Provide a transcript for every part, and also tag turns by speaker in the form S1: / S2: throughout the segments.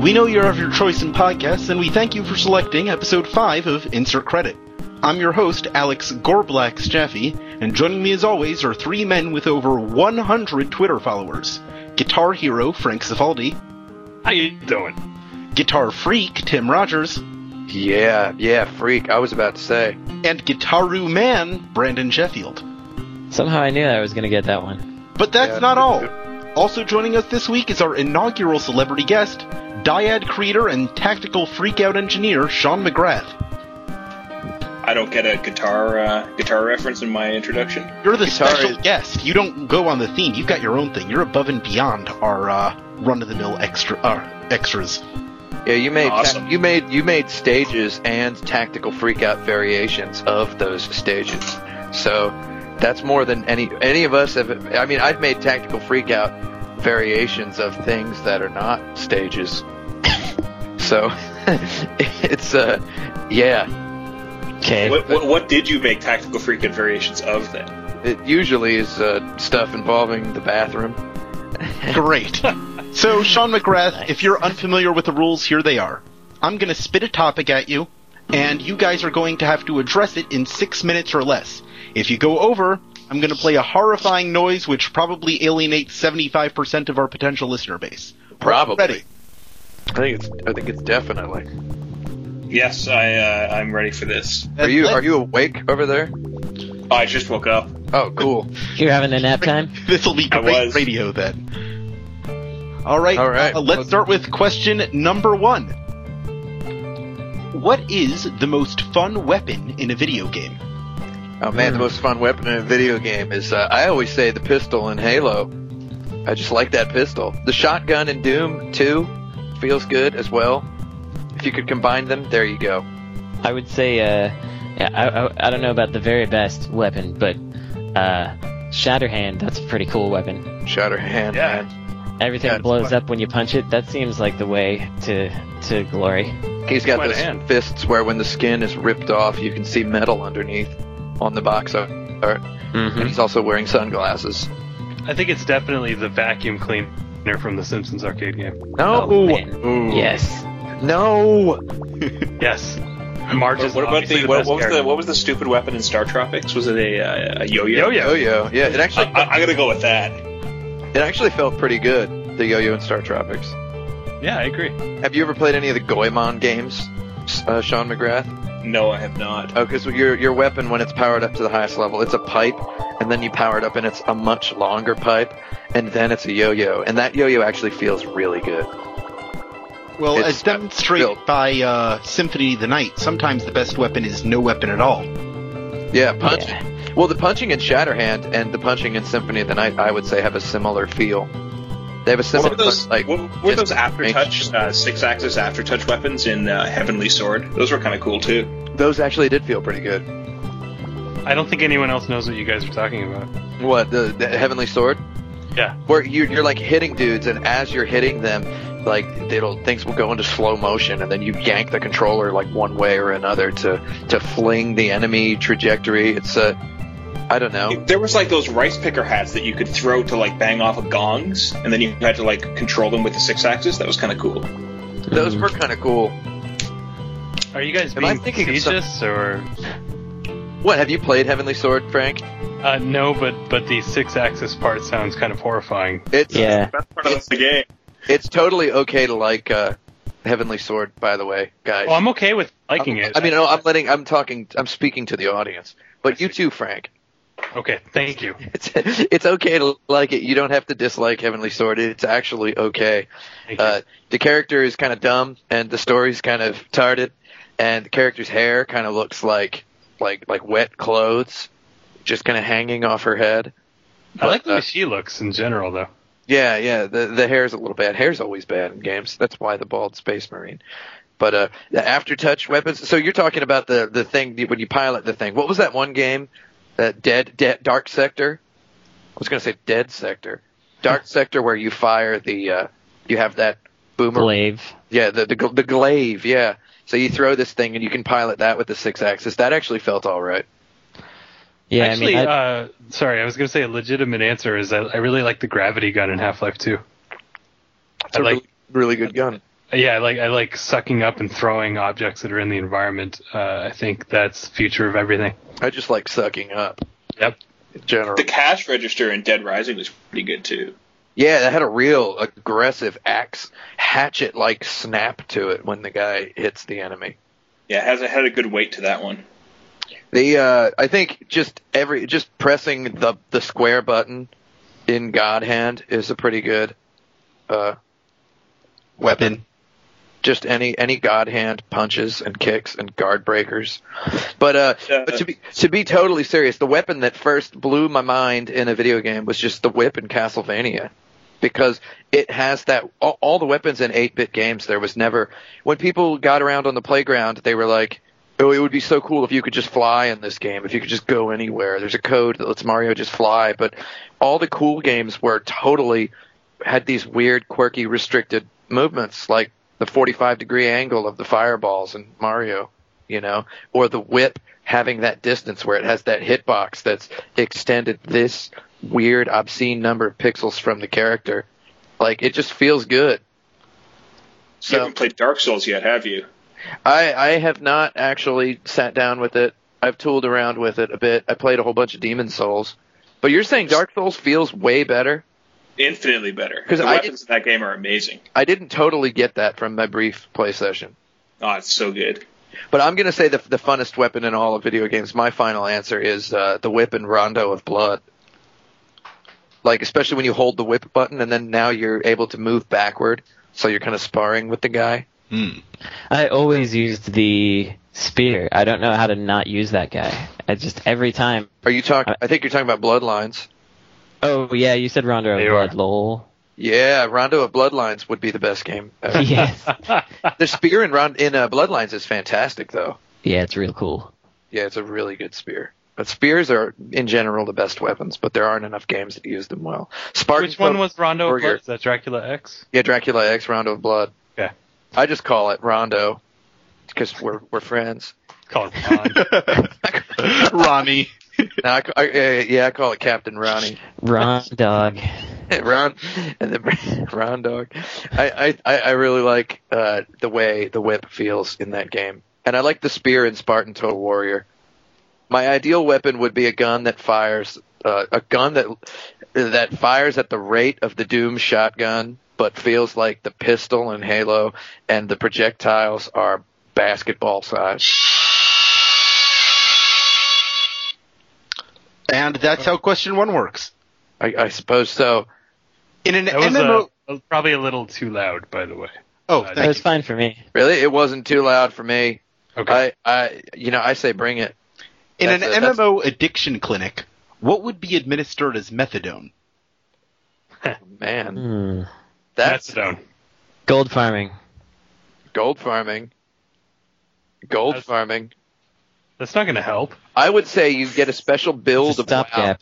S1: We know you're of your choice in podcasts, and we thank you for selecting episode 5 of Insert Credit. I'm your host, Alex Gorblax Jaffe, and joining me as always are three men with over 100 Twitter followers Guitar Hero Frank Cifaldi,
S2: How you doing?
S1: Guitar Freak Tim Rogers,
S3: Yeah, yeah, freak. I was about to say.
S1: and Guitaru Man Brandon Sheffield.
S4: Somehow I knew I was gonna get that one.
S1: But that's
S3: Yeah.
S1: not all. Also joining us this week is our inaugural celebrity guest, Dyad creator and tactical freakout engineer Sean McGrath.
S5: I don't get a guitar uh, guitar reference in my introduction.
S1: You're the
S3: Guitar
S1: special
S3: is-
S1: guest. You don't go on the theme. You've got your own thing. You're above and beyond our uh, run-of-the-mill extra uh, extras.
S3: Yeah, you made
S5: Awesome.
S3: you made you made stages and tactical freakout variations of those stages. So that's more than any any of us have. I mean, I've made tactical freakout variations of things that are not stages. so it's uh, yeah.
S4: Okay.
S5: What, what, what did you make tactical freakout variations of then?
S3: It usually is uh, stuff involving the bathroom.
S1: Great. so, Sean McGrath, if you're unfamiliar with the rules, here they are. I'm going to spit a topic at you, and you guys are going to have to address it in six minutes or less. If you go over, I'm going to play a horrifying noise which probably alienates 75% of our potential listener base.
S3: Probably.
S1: Ready?
S3: I think it's. I think it's definitely.
S5: Yes, I uh, I'm ready for this.
S3: Are you are you awake over there?
S5: Oh, I just woke up.
S3: Oh, cool.
S4: You're having a nap time?
S1: This will be
S5: I
S1: great
S5: was.
S1: radio then. All right.
S3: All right.
S1: uh, let's start with question number one. What is the most fun weapon in a video game?
S3: Oh man, the most fun weapon in a video game is uh, I always say the pistol in Halo. I just like that pistol. The shotgun in Doom 2 feels good as well. If you could combine them, there you go.
S4: I would say, uh, yeah, I, I, I don't know about the very best weapon, but, uh, Shatterhand, that's a pretty cool weapon.
S3: Shot her hand,
S5: Yeah.
S3: man.
S4: Everything
S3: Yeah, it's
S4: blows
S3: fun.
S4: up when you punch it. That seems like the way to, to glory.
S3: He's got
S2: Quite a
S3: those
S2: hand.
S3: fists where when the skin is ripped off, you can see metal underneath on the box art. And
S4: Mm-hmm.
S3: he's also wearing sunglasses.
S2: I think it's definitely the vacuum cleaner from the Simpsons arcade game.
S3: No.
S4: Oh, man.
S3: Ooh.
S4: Yes.
S3: No.
S2: Yes. Marge
S5: What,
S2: is
S5: what about
S2: obviously
S5: the, what,
S2: best
S5: what was the
S2: character.
S5: what was the stupid weapon in Star Tropics? Was it a, uh, a yo-yo?
S3: Yo
S2: Yo-yo.
S3: yo. Yeah, it
S5: I,
S3: actually
S5: I, I'm gonna go with that.
S3: it actually felt pretty good. The yo yo in Star Tropics.
S2: Yeah, I agree.
S3: Have you ever played any of the Goemon games, uh, Sean McGrath?
S5: No, I have not.
S3: Oh, because your your weapon when it's powered up to the highest level, it's a pipe, and then you power it up and it's a much longer pipe, and then it's a yo-yo, and that yo-yo actually feels really good.
S1: Well,
S3: It's
S1: as demonstrated
S3: built.
S1: by uh, Symphony of the Night, sometimes the best weapon is no weapon at all.
S3: Yeah, punch. Well, the punching in Shatterhand and the punching in Symphony of the Night, I would say, have a similar feel. They have a
S5: What
S3: similar
S5: were those
S3: like.
S5: what, were those
S3: just
S5: aftertouch
S3: make-
S5: uh, six-axis aftertouch weapons in uh, Heavenly Sword? Those were kind of cool too.
S3: Those actually did feel pretty good.
S2: I don't think anyone else knows what you guys are talking about.
S3: What the, the Heavenly Sword?
S2: Yeah.
S3: where you, you're like hitting dudes, and as you're hitting them, like it'll things will go into slow motion, and then you yank the controller like one way or another to to fling the enemy trajectory. It's a, I don't know.
S5: There was like those rice picker hats that you could throw to like bang off of gongs, and then you had to like control them with the six-axis. That was kind of cool.
S3: Those were kind of cool.
S2: Are you guys
S3: Am I
S2: being
S3: thinking of some-
S2: facetious or
S3: What have you played Heavenly Sword, Frank?
S2: uh, no? But but the six-axis part sounds kind of horrifying.
S3: It's
S4: Yeah.
S5: That's part of the game.
S3: it's totally okay to like uh, Heavenly Sword, by the way, guys.
S2: Well, Oh, I'm okay with liking it.
S3: I mean, uh, no, I'm letting I'm talking I'm speaking to the audience, but you too, Frank.
S2: okay, thank you.
S3: It's it's okay to like it. You don't have to dislike Heavenly Sword. It's actually okay.
S2: Thank you.
S3: Uh, the character is kind of dumb, and the story's kind of retarded, and the character's hair kind of looks like like like wet clothes, just kind of hanging off her head.
S2: I like the
S3: uh,
S2: way she looks in general, though.
S3: Yeah, yeah. The the hair's a little bad. Hair's always bad in games. That's why the bald space marine. But uh, the aftertouch weapons. So you're talking about the the thing when you pilot the thing. What was that one game? Uh, dead, dead, dark sector. I was gonna say dead sector. Dark sector where you fire the uh, you have that boomerang.
S4: Glaive.
S3: Yeah, the, the gl- the glaive. Yeah. So you throw this thing and you can pilot that with the six axis. That actually felt all right.
S4: Yeah,
S2: Actually,
S4: I mean, I,
S2: uh, sorry, I was going to say a legitimate answer is I, I really like the gravity gun in Half Life 2.
S3: It's
S2: I
S3: a
S2: like
S3: really, really good gun.
S2: yeah, I like I like sucking up and throwing objects that are in the environment. Uh, I think that's the future of everything.
S3: I just like sucking up
S2: Yep.
S3: in general.
S5: The cash register in Dead Rising was pretty good too.
S3: Yeah, that had a real aggressive axe hatchet like snap to it when the guy hits the enemy.
S5: Yeah, it has it had a good weight to that one.
S3: The uh, I think just every just pressing the the square button in God Hand is a pretty good uh,
S1: Weapon.
S3: just any any god hand punches and kicks and guard breakers. But uh,
S5: Yeah.
S3: but to be to be totally serious, the weapon that first blew my mind in a video game was just the whip in Castlevania. Because it has that all, all the weapons in 8-bit games there was never when people got around on the playground they were like Oh, it would be so cool if you could just fly in this game, if you could just go anywhere. There's a code that lets Mario just fly, but all the cool games were totally had these weird, quirky, restricted movements, like the 45 degree angle of the fireballs in Mario, you know, or the whip having that distance where it has that hitbox that's extended this weird, obscene number of pixels from the character. Like, it just feels good.
S5: you
S3: So
S5: haven't played Dark Souls yet, have you?
S3: I, I have not actually sat down with it. I've tooled around with it a bit. I played a whole bunch of Demon Souls. But you're saying Dark Souls feels way better?
S5: Infinitely better.
S3: 'Cause
S5: Because the
S3: I
S5: weapons in that game are amazing.
S3: I didn't totally get that from my brief play session.
S5: Oh, it's so good.
S3: But I'm going to say the, the funnest weapon in all of video games. My final answer is uh, the whip and Rondo of Blood. Like, especially when you hold the whip button and then now you're able to move backward. So you're kind of sparring with the guy.
S1: Hmm.
S4: I always used the spear. I don't know how to not use that guy. I just every time.
S3: Are you talking?
S4: I-
S3: I think you're talking about Bloodlines.
S4: Oh yeah, you said Rondo of
S2: You
S4: Blood.
S2: are.
S4: Lol.
S3: Yeah, Rondo of Bloodlines would be the best game. ever.
S4: yes.
S3: the spear in, Ron- in uh, Bloodlines is fantastic, though.
S4: Yeah, it's real cool.
S3: Yeah, it's a really good spear. But spears are, in general, the best weapons, but there aren't enough games that use them well. Spartans
S2: Which one was Rondo? of
S3: Burger.
S2: Blood? Is that Dracula X?
S3: Yeah, Dracula X Rondo of Blood.
S2: Yeah.
S3: I just call it Rondo because we're we're friends.
S2: Called Ron.
S1: Rami.
S3: Now, I, ca- I, uh, yeah, I call it Captain Ronnie.
S4: Ron dog.
S3: Ron and then Ron Dog. I I, I I really like uh, the way the whip feels in that game, and I like the spear in Spartan Total Warrior. My ideal weapon would be a gun that fires uh, a gun that that fires at the rate of the Doom shotgun, but feels like the pistol in Halo, and the projectiles are basketball size.
S1: And that's how question one works.
S3: I, I suppose so.
S1: In an
S2: That was
S1: MMO.
S2: uh, probably a little too loud, by the way.
S1: oh,
S3: uh,
S2: that
S4: That
S1: thank
S4: was
S1: you.
S4: fine for me.
S3: Really, it wasn't too loud for me.
S2: Okay.
S3: I I you know I say bring it.
S1: In an
S3: That's a- that's-
S1: MMO addiction clinic, what would be administered as methadone?
S3: Man,
S4: Hmm.
S3: that's
S2: Methadone.
S4: Gold farming.
S3: Gold farming. Gold
S2: That's-
S3: farming.
S2: That's not going to help.
S3: I would say you get a special build
S4: It's a
S3: of WoW.
S4: stopgap.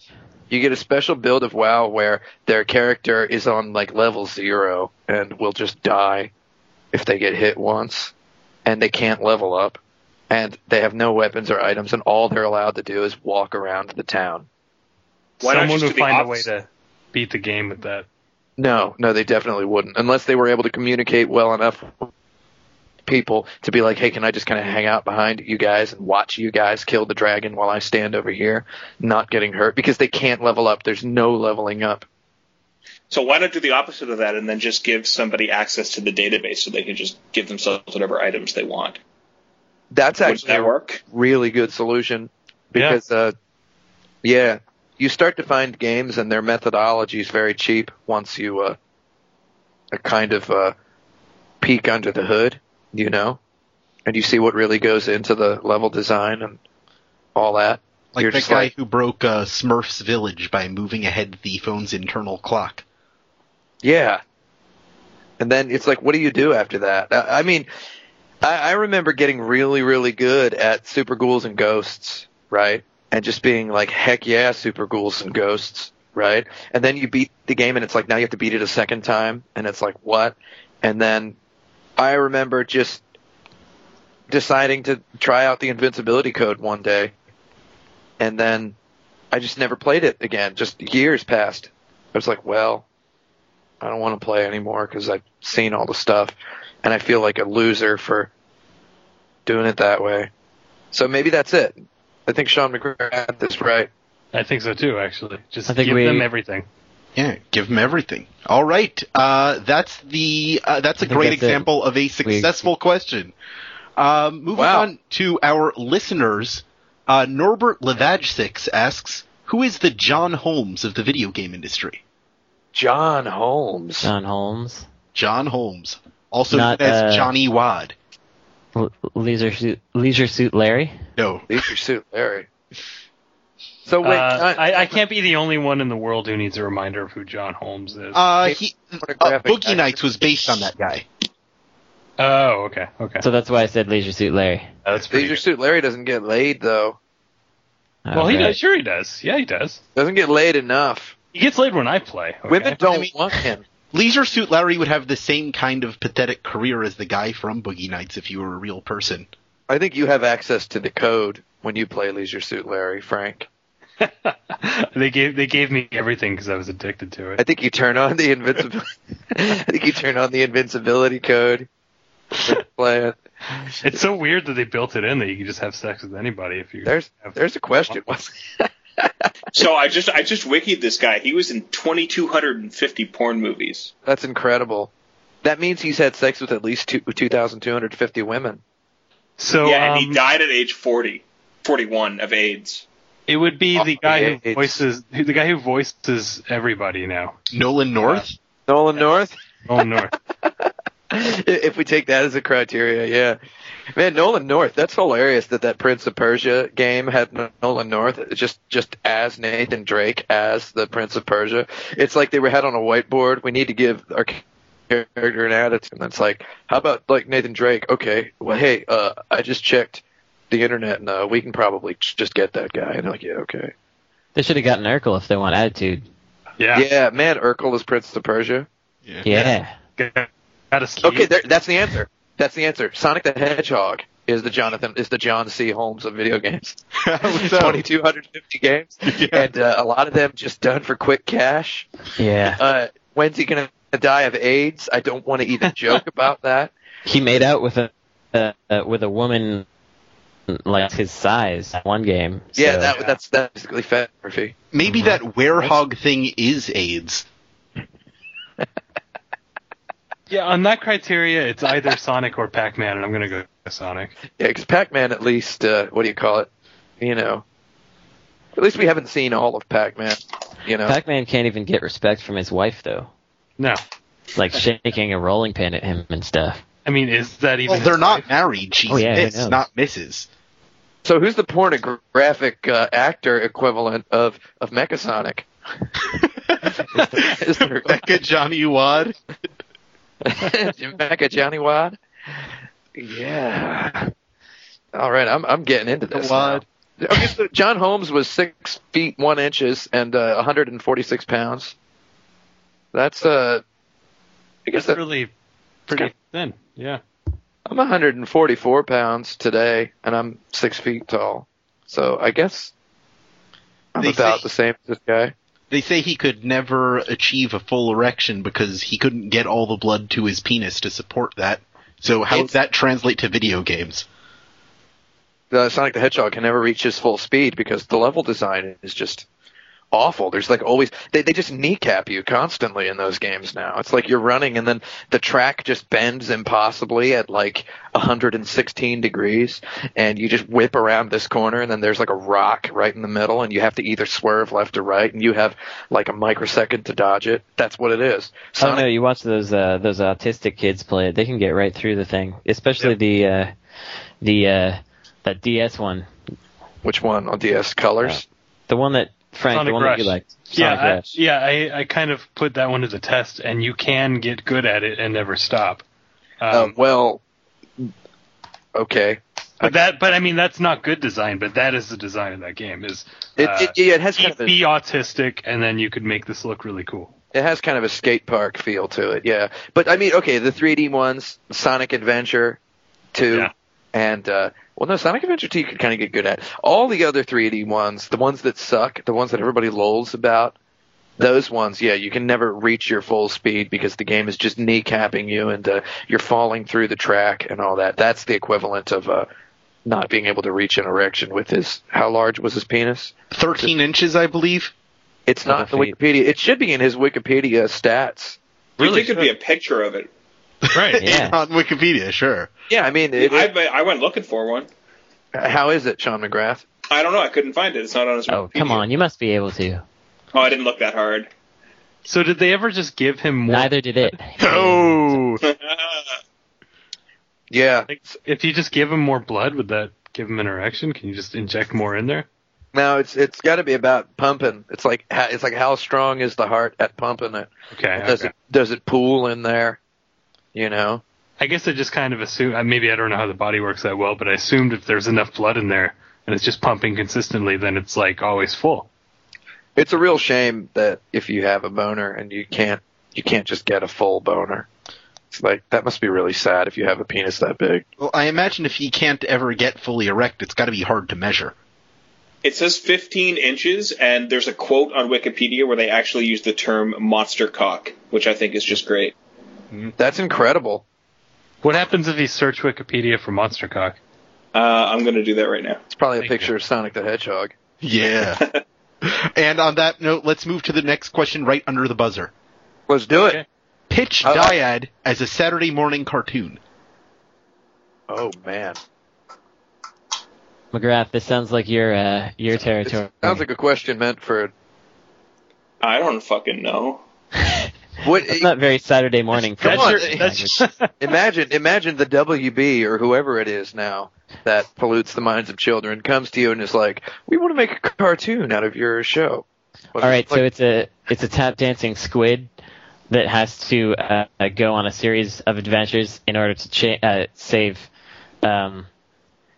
S3: You get a special build of WoW where their character is on like level zero and will just die if they get hit once, and they can't level up, and they have no weapons or items, and all they're allowed to do is walk around the town.
S5: Why not
S2: Someone
S5: just
S2: would
S5: do the
S2: find a way
S5: opposite?
S2: to beat the game with that.
S3: No, no, they definitely wouldn't, unless they were able to communicate well enough with people to be like, hey, can I just kind of hang out behind you guys and watch you guys kill the dragon while I stand over here, not getting hurt? Because they can't level up. There's no leveling up.
S5: So why not do the opposite of that and then just give somebody access to the database so they can just give themselves whatever items they want?
S3: That's
S5: Wouldn't
S3: actually
S5: that
S3: a
S5: work?
S3: really good solution because, yeah. Uh, yeah, you start to find games and their methodology is very cheap once you uh, a kind of uh, peek under the hood, you know, and you see what really goes into the level design and all that.
S1: Like
S3: You're
S1: the
S3: just
S1: guy
S3: like-
S1: who broke uh, Smurf's Village by moving ahead the phone's internal clock.
S3: Yeah. And then it's like, what do you do after that? I, I mean, I, I remember getting really, really good at Super Ghouls and Ghosts, right? And just being like, heck yeah, Super Ghouls and Ghosts, right? And then you beat the game and it's like, now you have to beat it a second time. And it's like, what? And then I remember just deciding to try out the invincibility code one day. And then I just never played it again. Just years passed. I was like, well, I don't want to play anymore because I've seen all the stuff. and I feel like a loser for doing it that way. So maybe that's it. I think Sean McGrath is right.
S2: I think so too. Actually, just
S4: I think
S2: give
S4: we-
S2: them everything.
S1: Yeah, give them everything. All right, uh, that's the uh, that's a
S4: think
S1: great
S4: that's it.
S1: example of a successful question. Um, moving
S3: Wow.
S1: on to our listeners, uh, Norbert Levajsix asks, "Who is the John Holmes of the video game industry?"
S3: John Holmes.
S2: Uh.
S4: John Holmes,
S1: John Holmes, also
S4: Not,
S1: known as
S4: uh,
S1: Johnny Wad.
S4: L- Leisure Suit, Leisure Suit Larry.
S1: No,
S3: Leave your suit, Larry. So wait,
S2: uh,
S3: John-
S2: I, I can't be the only one in the world who needs a reminder of who John Holmes is.
S1: uh, he, uh,
S3: Pornographic
S1: Boogie
S3: actor.
S1: Nights was based on that guy.
S2: oh, okay, okay.
S4: So that's why I said Leisure Suit Larry.
S2: That's pretty
S3: Leave your suit, Larry doesn't get laid though.
S2: good. Well, he
S4: Alright.
S2: does. Sure, he does. Yeah, he does.
S3: Doesn't get laid enough.
S2: He gets laid when I play. okay?
S3: Women don't
S1: I mean-
S3: want him.
S1: Leisure Suit Larry would have the same kind of pathetic career as the guy from Boogie Nights if he were a real person.
S3: I think you have access to the code when you play Leisure Suit Larry, Frank.
S2: they gave they gave me everything because I was addicted to
S3: I
S2: it.
S3: think you turn on the invincibility. I think you turn on the invincibility code. Play it.
S2: It's so weird that they built it in that you can just have sex with anybody if you.
S3: There's
S2: have-
S3: there's a question. What's-
S5: So I just I just wikied this guy. He was in 2,250 porn movies.
S3: That's incredible. That means he's had sex with at least two, 2,250 women.
S2: so
S5: yeah, and he
S2: um,
S5: died at age 40, 41 of AIDS.
S2: It would be the
S3: Oh,
S2: guy
S3: yeah,
S2: who
S3: it's-
S2: voices who- the guy who voices everybody now.
S1: Nolan North.
S3: Nolan North.
S2: Oh North.
S3: if we take that as a criteria, yeah. Man, Nolan North, that's hilarious that that Prince of Persia game had N- Nolan North just just as Nathan Drake as the Prince of Persia. It's like they were had on a whiteboard. We need to give our character an attitude. And it's like, how about like Nathan Drake? Okay, well, hey, uh, I just checked the internet, and uh, we can probably j- just get that guy. And they're like, yeah, okay.
S4: They should have gotten Urkel if they want attitude.
S2: Yeah.
S3: Yeah, man, Urkel is Prince of Persia.
S4: Yeah.
S2: Got- Got a sleeve.
S3: Okay, there, that's the answer. That's the answer. Sonic the Hedgehog is the Jonathan is the John C. Holmes of video games.
S1: So-
S3: 2,250 games, and uh, a lot of them just done for quick cash.
S4: Yeah.
S3: Uh, when's he gonna die of AIDS? I don't want to even joke about that.
S4: He made out with a uh, uh, with a woman like his size at one game.
S3: Yeah,
S4: so-
S3: that that's that's basically fat Murphy.
S1: Maybe
S4: Mm-hmm.
S1: that werehog thing is AIDS.
S2: Yeah, on that criteria, it's either Sonic or Pac Man, and I'm gonna go with Sonic.
S3: Yeah, 'cause Pac-Man at least, uh, what do you call it? You know, at least we haven't seen all of Pac-Man. You know,
S4: Pac-Man can't even get respect from his wife though.
S2: No,
S4: Like shaking a rolling pin at him and stuff.
S2: I mean, is that even?
S1: Well, they're
S2: his
S1: not
S2: wife?
S1: married. She's
S4: Oh, yeah, who
S1: Miss,
S4: knows?
S1: not Mrs.
S3: so who's the pornographic uh, actor equivalent of of Mechasonic? Is there-
S1: Becca Johnny Wad.
S3: Jamaica Johnny Wad. Yeah. All right, I'm I'm getting into this.
S1: Wad.
S3: now. Okay, so John Holmes was six feet one inches and uh, 146 pounds. That's uh, I guess
S2: That's
S3: that,
S2: really pretty thin. Yeah.
S3: I'm 144 pounds today, and I'm six feet tall. So I guess I'm
S1: They
S3: about
S1: say-
S3: the same as this guy.
S1: They say he could never achieve a full erection because he couldn't get all the blood to his penis to support that. So how does that translate to video games?
S3: uh, Sonic the Hedgehog can never reach his full speed because the level design is just awful. There's like always they they just kneecap you constantly in those games now. It's like you're running and then the track just bends impossibly at like 116 degrees and you just whip around this corner and then there's like a rock right in the middle and you have to either swerve left or right and you have like a microsecond to dodge it. That's what it is.
S4: Oh
S3: Sonic
S4: no, you watch those uh, those autistic kids play it. They can get right through the thing, especially the uh, the uh, that DS one,
S3: which one on DS colors?
S4: the one that Frank,
S2: Sonic
S4: the one
S2: Rush.
S4: that you liked.
S2: Yeah,
S4: Sonic
S2: I,
S4: Rush.
S2: yeah. I, I kind of put that one to the test, and you can get good at it and never stop.
S3: Uh,
S2: Um,
S3: well okay.
S2: but that, but I mean, that's not good design. But that is the design of that game. Is
S3: It,
S2: uh,
S3: it, yeah, it has kind of a,
S2: be autistic, and then you could make this look really cool.
S3: It has kind of a skate park feel to it, yeah. But I mean, okay, the 3D ones, Sonic Adventure 2,
S2: Yeah.
S3: and uh, well, no, Sonic Adventure 2 you could kind of get good at. All the other 3D ones, the ones that suck, the ones that everybody lolls about, Those ones, yeah, you can never reach your full speed because the game is just kneecapping you and uh, you're falling through the track and all that. That's the equivalent of uh, not being able to reach an erection with his. How large was his penis?
S1: 13 inches, I believe.
S3: It's not in the
S4: Feet.
S3: Wikipedia. It should be in his Wikipedia stats.
S5: Really?
S6: Really
S5: There could be a picture of it.
S6: right.
S4: Yeah.
S1: On Wikipedia, sure.
S3: Yeah, I mean, it,
S5: I, I went looking for one.
S3: how is it, Sean McGrath?
S5: I don't know. I couldn't find it. It's not on his.
S4: Oh, come
S5: Wikipedia.
S4: on. You must be able to.
S5: Oh, I didn't look that hard.
S2: So did they ever just give him more?
S4: Neither did it.
S1: Oh,
S3: Yeah,
S2: Like, if you just give him more blood, would that give him an erection? Can you just inject more in there?
S3: no, it's it's got to be about pumping. It's like ha- it's like how strong is the heart at pumping it?
S2: Okay.
S3: Does
S2: okay.
S3: it does it pool in there? You know,
S2: I guess I just kind of assume. uh, Maybe I don't know how the body works that well, but I assumed if there's enough blood in there and it's just pumping consistently, then it's like always full.
S3: it's a real shame that if you have a boner and you can't you can't just get a full boner. It's like that must be really sad if you have a penis that big.
S1: Well, I imagine if he can't ever get fully erect, it's got to be hard to measure.
S5: It says 15 inches, and there's a quote on Wikipedia where they actually use the term monster cock, which I think is just great.
S3: That's incredible.
S2: What happens if you search Wikipedia for monster cock?
S5: Uh, I'm going to do that right now.
S3: It's probably a
S2: Thank
S3: picture of Sonic the Hedgehog.
S1: Yeah. and on that note, let's move to the next question right under the buzzer.
S3: Let's do
S2: Okay.
S3: it.
S1: Pitch
S3: Uh,
S1: Dyad as a Saturday morning cartoon.
S3: Oh man,
S4: McGrath, this sounds like your uh, your territory.
S3: It sounds like a question meant for
S5: I don't fucking know.
S3: what?
S4: It's not very Saturday morning. for
S3: Come
S4: us.
S3: on,
S4: Language.
S3: that's- Imagine, imagine the WB or whoever it is now that pollutes the minds of children comes to you and is like, "We want to make a cartoon out of your show."
S4: All right, so it's a it's a tap dancing squid that has to uh, uh, go on a series of adventures in order to cha- uh, save. Um,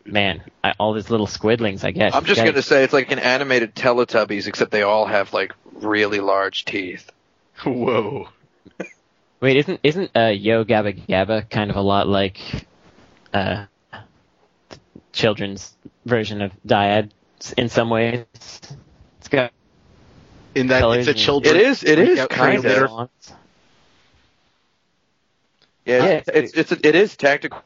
S4: man, I, all these little squidlings, I guess.
S3: I'm just
S4: Gotta-
S3: gonna say it's like an animated Teletubbies, except they all have like really large teeth.
S1: Whoa.
S4: Wait, isn't isn't uh, Yo Gabba Gabba kind of a lot like uh, th- children's version of Dyad s- in some ways? It's got
S1: In that it's
S4: Colors
S1: a
S4: and-
S1: children.
S3: It is, it is
S1: Freakout
S3: kind
S1: trailer.
S3: of. Yeah, it's,
S4: Yeah.
S3: it's, it's it is tactical.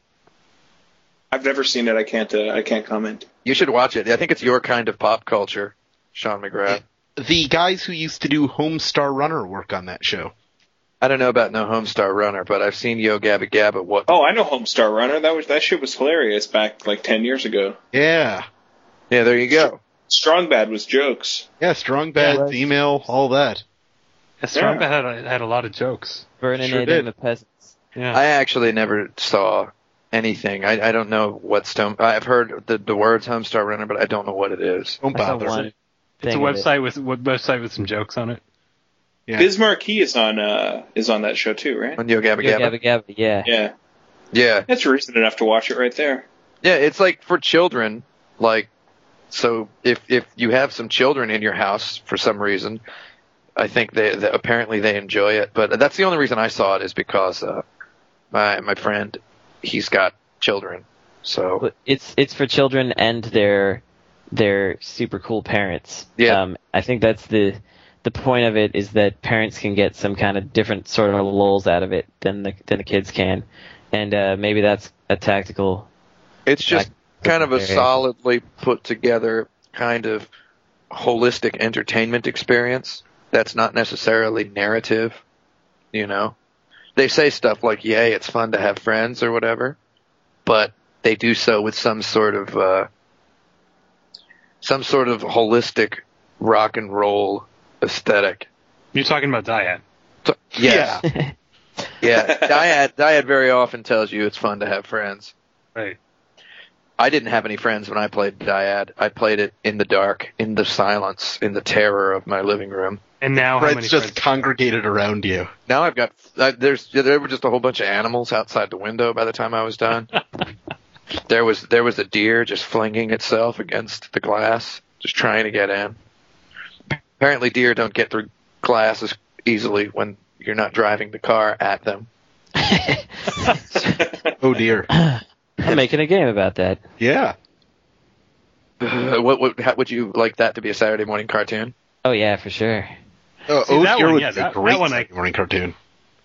S5: I've never seen it. I can't. Uh, I can't comment.
S3: You should watch it. I think it's your kind of pop culture, Sean McGrath.
S1: The guys who used to do Homestar Runner work on that show.
S3: I don't know about No Homestar Runner, but I've seen Yo Gabba Gabba. What?
S5: Oh, I know Homestar Runner. That was that shit was hilarious back like 10 years ago.
S1: Yeah.
S3: Yeah, there you go.
S5: Strong Bad was jokes.
S1: Yeah, Strong Bad,
S4: Yeah, right.
S1: email, all that.
S2: Estramba had a, had a lot of jokes.
S4: Vernon
S1: Sure
S4: and
S1: did.
S4: the peasants.
S2: Yeah.
S3: I actually never saw anything. I, I don't know what Stone. I've heard the, the words Homestar Runner, but I don't know what it is.
S1: Don't
S4: I saw
S1: bother.
S4: one
S2: it's a
S4: thing of it.
S2: website with with- website with some jokes on it.
S1: Yeah.
S5: Biz Marquee is on uh, is on that show too, right?
S3: On Yo Gabba
S4: Yo
S3: Gabba.
S4: Gabba Gabba, yeah.
S5: Yeah,
S3: Yeah,
S5: that's reason enough to watch it right there.
S3: yeah. It's like for children. Like, so if if you have some children in your house for some reason, I think they, they apparently they enjoy it. But that's the only reason I saw it is because uh, my my friend, he's got children. So
S4: But it's it's for children and their their super cool parents.
S3: Yeah.
S4: Um, I think that's the the point of it is that parents can get some kind of different sort of lulls out of it than the than the kids can, and uh, maybe that's a tactical.
S3: It's just kind of a
S4: Okay.
S3: solidly put together kind of holistic entertainment experience that's not necessarily narrative, you know. They say stuff like, "Yay, it's fun to have friends" or whatever, but they do so with some sort of uh some sort of holistic rock and roll aesthetic.
S2: You're talking about Diet.
S3: So- yes. yeah. Dyad Dyad very often tells you it's fun to have friends.
S2: Right.
S3: I didn't have any friends when I played Dyad. I played it in the dark, in the silence, in the terror of my living room.
S2: And now how many
S1: Fred's just
S2: friends?
S1: congregated around you.
S3: Now I've got uh, there's there were just a whole bunch of animals outside the window by the time I was done. there was there was a deer just flinging itself against the glass, just trying to get in. Apparently, deer don't get through glass as easily when you're not driving the car at them.
S1: Oh dear.
S4: I'm making a game about that.
S1: Yeah.
S3: what, what how, would you like that to be a Saturday morning cartoon?
S4: Oh yeah, for sure.
S1: Uh,
S2: See,
S1: Oath
S2: that
S1: Year
S2: one,
S1: would
S2: yeah,
S1: be a
S2: that-
S1: great
S2: that one I-
S1: Sunday morning cartoon.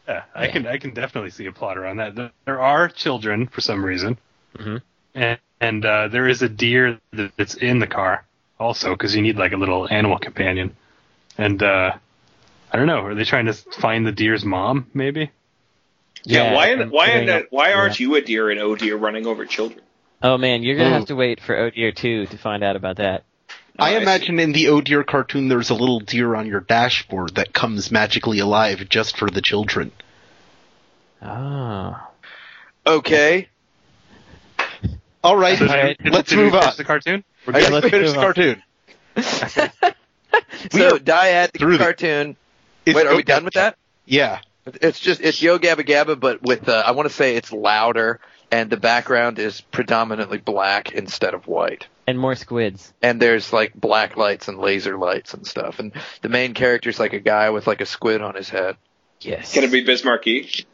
S2: Yeah, I can I can definitely see a plotter on that. There- There are children for some reason,
S1: Mm-hmm.
S4: Mhm.
S2: and, and uh, there is a deer that- that's in the car also because you need like a little animal companion. And uh, I don't know, are they trying to find the deer's mom? Maybe.
S5: Yeah, why
S4: and
S5: why
S4: putting
S5: that,
S4: up-
S5: why aren't
S4: yeah.
S5: you a deer and oh dear running over children?
S4: Oh man, you're
S3: Hmm.
S4: gonna
S1: Ooh.
S4: have to wait for Odier two to find out about that.
S1: I
S5: I see.
S1: imagine in the Oh Dear cartoon, there's a little deer on your dashboard that comes magically alive just for the children.
S4: Oh.
S3: Okay.
S1: All right,
S2: Did we-
S4: Alright.
S2: did-
S1: let's
S2: did we
S1: move
S2: finish
S1: on.
S2: The cartoon. We're
S1: Yes,
S2: good.
S4: let's
S1: finish
S4: move
S1: the
S4: on.
S1: cartoon. We
S3: so
S1: are
S3: Dyad the
S1: through the-
S3: cartoon.
S1: It's
S3: Wait, are
S1: Go
S3: we done with
S1: Gabba Gabba.
S3: that?
S1: Yeah.
S3: It's just it's Yo Gabba Gabba, but with uh, I want to say it's louder, and the background is predominantly black instead of white.
S4: And more squids.
S3: And there's like black lights and laser lights and stuff. And the main character's like a guy with like a squid on his head.
S4: Yes.
S5: Can it be Bismarcky?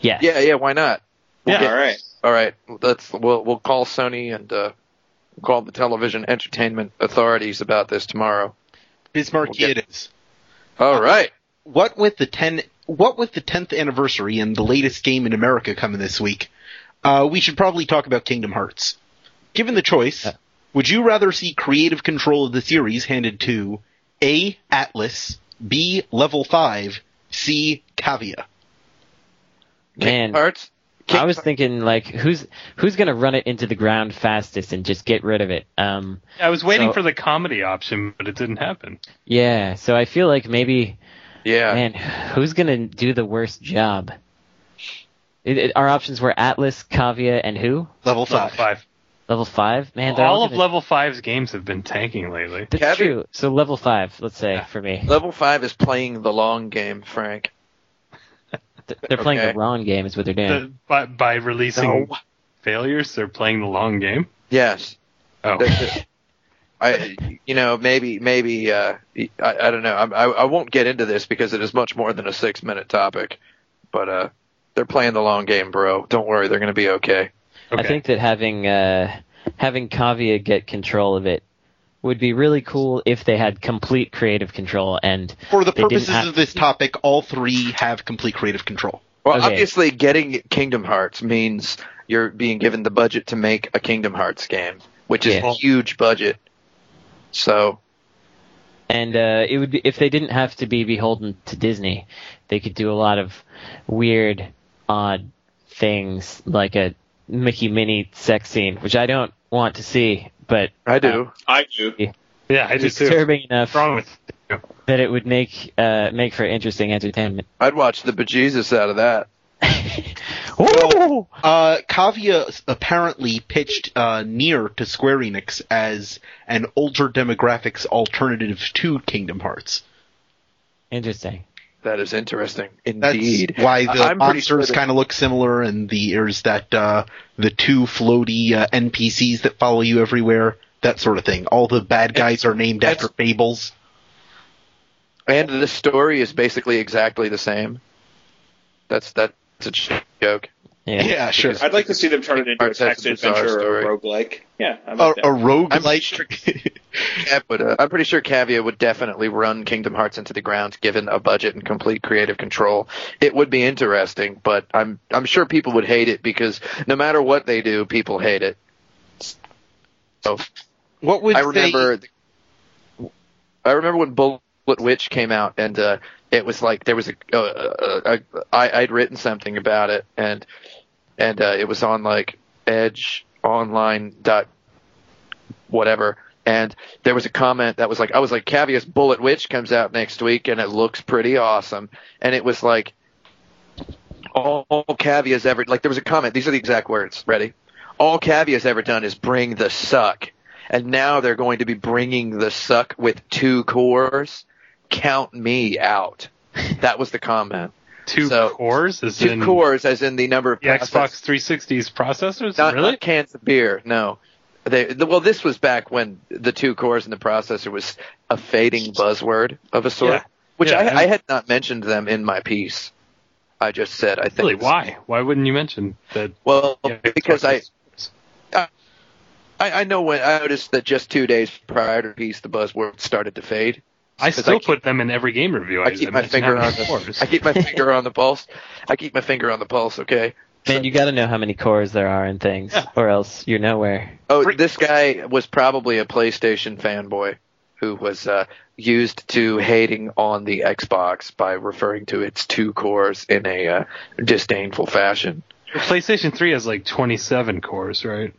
S4: Yes.
S3: Yeah, yeah. Why not?
S2: Yeah.
S5: All right.
S3: All right, let's we'll we'll call Sony and uh, call the television entertainment authorities about this tomorrow.
S1: Bismarcky
S3: We'll
S1: it is.
S3: All right.
S1: What with the ten, what with the tenth anniversary and the latest game in America coming this week, uh, we should probably talk about Kingdom Hearts. Given the choice,
S4: Yeah.
S1: would you rather see creative control of the series handed to A. Atlas, B. Level Five, C. Cavia?
S4: Man,
S3: Hearts.
S4: I was thinking like who's who's gonna run it into the ground fastest and just get rid of it. Um
S2: I was waiting
S4: So-
S2: for the comedy option, but it didn't happen.
S4: yeah, so I feel like maybe
S3: Yeah.
S4: man, who's gonna do the worst job? It, it, our options were Atlas, Kavya, and who?
S1: Level
S2: Level
S1: Five.
S2: five.
S4: Level five? Man, they're all,
S2: All of
S4: gonna-
S2: level five's games have been tanking lately.
S4: That's
S3: Kavya-
S4: true. So level five, let's say for me,
S3: Level five is playing the long game, Frank.
S4: Th- they're playing
S3: okay.
S4: the wrong game. Is what they're doing.
S2: The, by, by releasing
S3: No.
S2: failures, they're playing the long game.
S3: Yes.
S2: Oh,
S3: I, you know, maybe, maybe, uh, I, I don't know. I, I I won't get into this because it is much more than a six minute topic, but, uh, they're playing the long game, bro. Don't worry. They're going to be okay.
S2: okay.
S4: I think that having uh, having Kavya get control of it would be really cool if they had complete creative control. And
S1: For the
S4: They didn't
S1: purposes
S4: have-
S1: of this topic, all three have complete creative control.
S3: Well,
S4: Okay.
S3: obviously getting Kingdom Hearts means you're being given the budget to make a Kingdom Hearts game, which is
S4: Yeah.
S3: a huge budget. So,
S4: and uh, it would be if they didn't have to be beholden to Disney, they could do a lot of weird, odd things like a Mickey Minnie sex scene, which I don't want to see, but
S3: I do.
S5: I do.
S2: Yeah, I do
S4: it's
S2: too. What's
S4: disturbing enough
S2: wrong with you?
S4: that it would make uh, make for interesting entertainment.
S3: I'd watch the bejesus out of that.
S4: Ooh!
S1: Uh, Kavya apparently pitched uh, near to Square Enix as an older demographics alternative to Kingdom Hearts.
S4: Interesting.
S3: That is interesting.
S1: That's
S3: Indeed.
S1: why the
S3: I- I'm pretty sure
S1: monsters
S3: that-
S1: kind of look similar, and the there's that uh, the two floaty uh, NPCs that follow you everywhere, that sort of thing. All the bad guys are named
S3: That's-
S1: after fables.
S3: And the story is basically exactly the same. That's that's a ch- joke.
S4: Yeah.
S1: Yeah, sure.
S5: I'd like to see them turn it into a
S3: Hearts has a
S5: text
S3: bizarre
S5: adventure or a
S3: story.
S5: roguelike. Yeah, I
S1: A,
S5: like
S1: a
S5: that.
S1: rogue
S3: I'm
S1: like
S3: sure, Cav would, uh, I'm pretty sure Cavia would definitely run Kingdom Hearts into the ground given a budget and complete creative control. It would be interesting, but I'm I'm sure people would hate it because no matter what they do, people hate it. So
S1: what would
S3: I
S1: say-
S3: remember. I remember when Bullet Witch came out, and uh, it was like there was a. Uh, uh, uh, I, I'd written something about it, and and uh, it was on like Edge Online dot whatever. And there was a comment that was like, I was like, Cavius Bullet Witch comes out next week, and it looks pretty awesome. And it was like, all, all Cavia's ever like there was a comment. These are the exact words. Ready? All Cavia's ever done is bring the suck, and now they're going to be bringing the suck with two cores. Count me out. That was the comment.
S2: Two
S3: So-
S2: cores? Is
S3: Two
S2: in
S3: cores, as in the number of
S2: the Xbox
S3: process-
S2: 360's processors?
S3: not,
S2: really?
S3: not cans of beer. No. They, the, well, this was back when the two cores and the processor was a fading buzzword of a sort,
S2: Yeah.
S3: which
S2: Yeah, and-
S3: I, I had not mentioned them in my piece. I just said I think
S2: really? Why? Why wouldn't you mention that?
S3: Well,
S2: yeah,
S3: because I,
S2: Xbox-
S3: I, I know when I noticed that just two days prior to piece, the buzzword started to fade,
S2: I
S3: Because
S2: still
S3: I keep-
S2: put them in every game review.
S3: I keep my
S2: mentioned
S3: finger
S2: that
S3: on
S2: before.
S3: the I keep my finger on the pulse. I keep my finger on the pulse. Okay.
S4: Man, you gotta know how many cores there are and things, or else you're nowhere.
S3: Oh,
S1: Free-
S3: this guy was probably a PlayStation fanboy who was uh, used to hating on the Xbox by referring to its two cores in a uh, disdainful fashion.
S2: The PlayStation 3 has like 27 cores, right?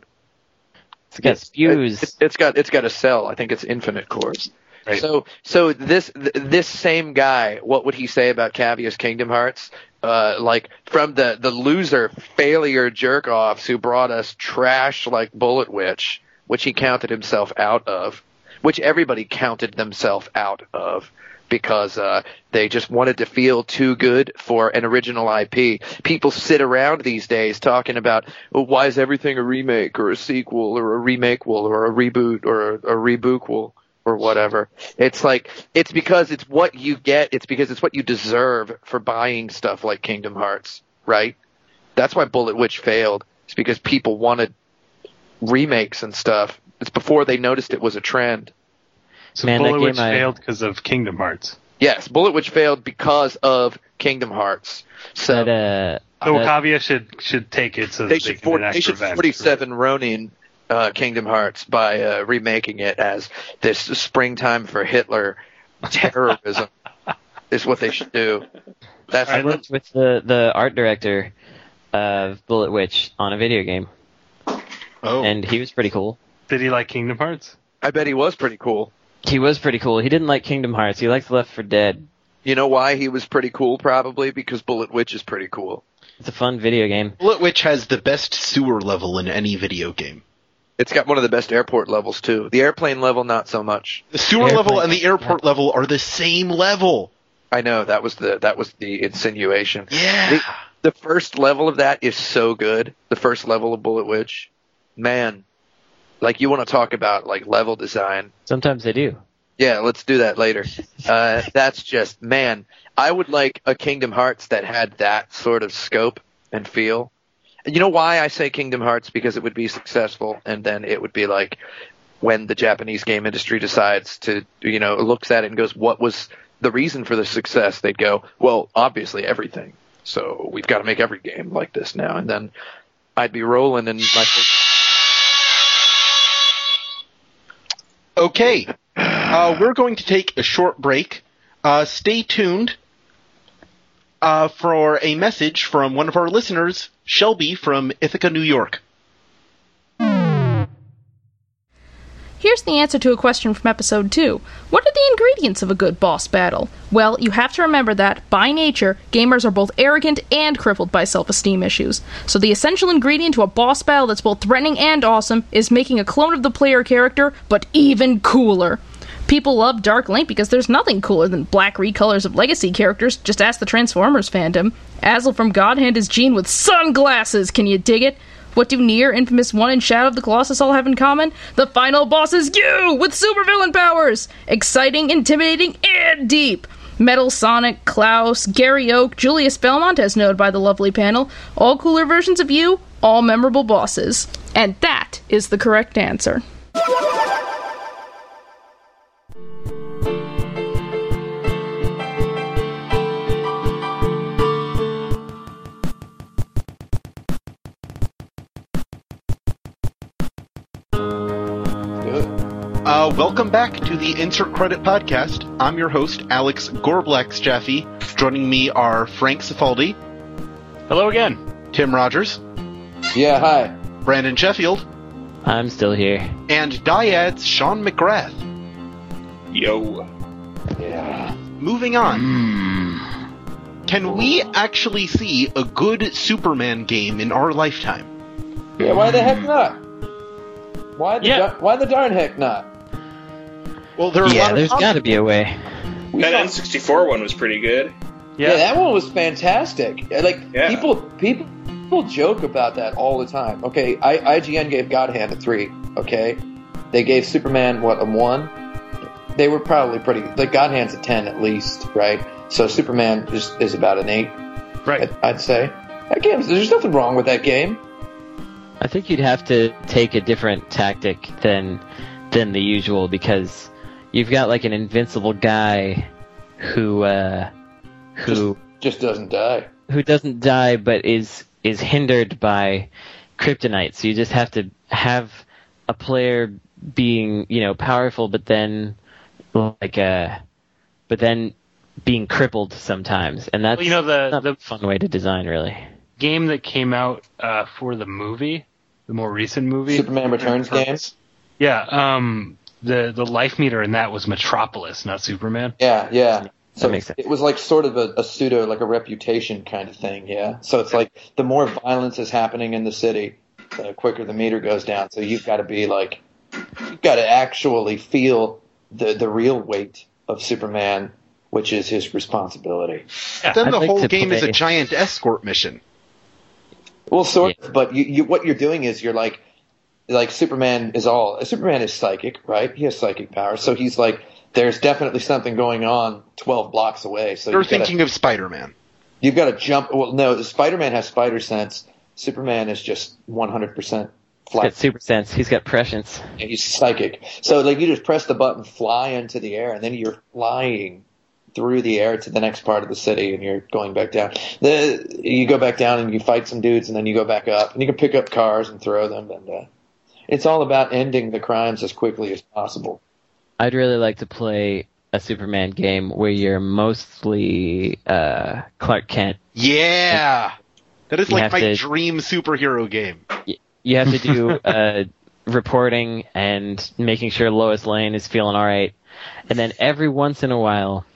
S4: It's got spews.
S3: It, has got it's got a cell. I think it's infinite cores.
S2: Right.
S3: So so this th- this same guy, what would he say about Cavius Kingdom Hearts? Uh, like from the the loser failure jerk offs who brought us trash like Bullet Witch, which he counted himself out of, which everybody counted themselves out of because uh, they just wanted to feel too good for an original IP. People sit around these days talking about "Oh, why is everything a remake or a sequel or a remake or a reboot or a, a rebookquel or whatever. It's like it's because it's what you get. It's because it's what you deserve for buying stuff like Kingdom Hearts, right? That's why Bullet Witch failed. It's because people wanted remakes and stuff. It's before they noticed it was a trend.
S2: So
S4: Man, that
S2: Bullet Witch
S4: game I-
S2: failed because of Kingdom Hearts.
S3: Yes, Bullet Witch failed because of Kingdom Hearts. So
S4: that, uh,
S2: So
S4: that-
S2: Oh, Kavya should should take it so that
S3: they
S2: they
S3: should,
S2: can
S3: for,
S2: enact
S3: they should
S2: revenge.
S3: 47 Ronin uh, Kingdom Hearts by uh, remaking it as this springtime for Hitler terrorism is what they should do. That's
S4: I worked with the, the art director of Bullet Witch on a video game,
S1: Oh,
S4: and he was pretty cool.
S2: Did he like Kingdom Hearts?
S3: I bet he was pretty cool.
S4: He was pretty cool. He didn't like Kingdom Hearts. He liked Left for Dead.
S3: You know why he was pretty cool? Probably because Bullet Witch is pretty cool.
S4: It's a fun video game.
S1: Bullet Witch has the best sewer level in any video game.
S3: It's got one of the best airport levels too. The airplane level, not so much.
S1: The sewer
S4: Airplane.
S1: level and the airport level are the same level.
S3: I know that was the that was the insinuation.
S1: Yeah.
S3: The, the first level of that is so good. The first level of Bullet Witch, man, like you want to talk about like level design.
S4: Sometimes they do.
S3: Yeah, let's do that later. Uh, that's just man. I would like a Kingdom Hearts that had that sort of scope and feel. And you know why I say Kingdom Hearts? Because it would be successful, and then it would be like when the Japanese game industry decides to, you know, looks at it and goes, "What was the reason for the success?" They'd go, "Well, obviously everything. So we've got to make every game like this now." And then I'd be rolling in my
S1: Okay. Uh, we're going to take a short break. Uh, stay tuned uh, for a message from one of our listeners, Shelby from Ithaca, New York.
S6: Here's the answer to a question from episode 2. What are the ingredients of a good boss battle? Well, you have to remember that, by nature, gamers are both arrogant and crippled by self esteem issues. So, the essential ingredient to a boss battle that's both threatening and awesome is making a clone of the player character, but even cooler. People love Dark Link because there's nothing cooler than black recolors of legacy characters. Just ask the Transformers fandom. Azul from Godhand is Gene with sunglasses. Can you dig it? What do Nier, Infamous One, and Shadow of the Colossus all have in common? The final boss is you with supervillain powers. Exciting, intimidating, and deep. Metal Sonic, Klaus, Gary Oak, Julius Belmont, as noted by the lovely panel, all cooler versions of you, all memorable bosses. And that is the correct answer.
S1: Uh, welcome back to the Insert Credit Podcast. I'm your host, Alex Gorblax Jaffe. Joining me are Frank Cifaldi,
S2: Hello again.
S1: Tim Rogers,
S3: yeah. Hi.
S1: Brandon Sheffield,
S4: I'm still here.
S1: and Dyad's Sean McGrath.
S5: Yo.
S1: Moving on.
S4: Hmm.
S1: Can we actually see a good Superman game in our lifetime?
S3: Yeah, why the heck not? Why the
S2: Yeah.
S3: dar- why the darn heck not?
S1: Well, there are a lot
S4: Yeah,
S1: of
S4: there's
S1: options.
S4: got to be a way.
S3: We
S5: that
S3: don't-
S5: N64 one was pretty good.
S3: yeah. that one was fantastic. Like
S5: Yeah.
S3: people people people joke about that all the time. Okay, I, IGN gave Godhand a three. Okay, they gave Superman what a one. They were probably pretty. Like Godhand's a ten at least, right? So Superman is, is about an eight,
S2: Right.
S3: I'd, I'd say. That game, there's nothing wrong with that game.
S4: I think you'd have to take a different tactic than than the usual because you've got like an invincible guy who uh, who
S3: Just doesn't die.
S4: who doesn't die but is is hindered by kryptonite. So you just have to have a player being you know powerful, but then like uh, but then being crippled sometimes, and that's
S2: Well, you know, the-
S4: not
S2: the-
S4: a fun way to design really.
S2: game that came out uh, for the movie, the more recent movie,
S3: Superman Returns game?
S2: Yeah, um, the the life meter in that was Metropolis, not Superman.
S3: Yeah, yeah. So
S4: makes sense.
S3: it was like sort of a, a pseudo, like a reputation kind of thing, yeah. So it's like the more violence is happening in the city, the quicker the meter goes down. So you've got to be like, you've got to actually feel the the real weight of Superman, which is his responsibility.
S1: Then
S4: I'd
S1: the
S4: like
S1: whole
S4: to
S1: game is a
S4: play-
S1: giant escort mission.
S3: Well, sort of, but you, you what you're doing is you're like like Superman is all Superman is psychic, right? He has psychic powers, so he's like there's definitely something going on twelve blocks away. So
S1: You're
S3: you've gotta-
S1: thinking of Spider-Man.
S3: you've got to jump. Well, no, Spider-Man has spider sense. Superman is just 100%
S4: He's got
S3: flat.
S4: super sense. He's got prescience.
S3: He's psychic. So like you just press the button, fly into the air, and then you're flying through the air to the next part of the city, and you're going back down. The, you go back down and you fight some dudes, and then you go back up, and you can pick up cars and throw them. And uh, it's all about ending the crimes as quickly as possible.
S4: I'd really like to play a Superman game where you're mostly uh, Clark Kent.
S1: Yeah. That is
S4: You
S1: like
S4: have
S1: my
S4: to-
S1: dream superhero game.
S4: You have to do uh, reporting and making sure Lois Lane is feeling all right, and then every once in a while,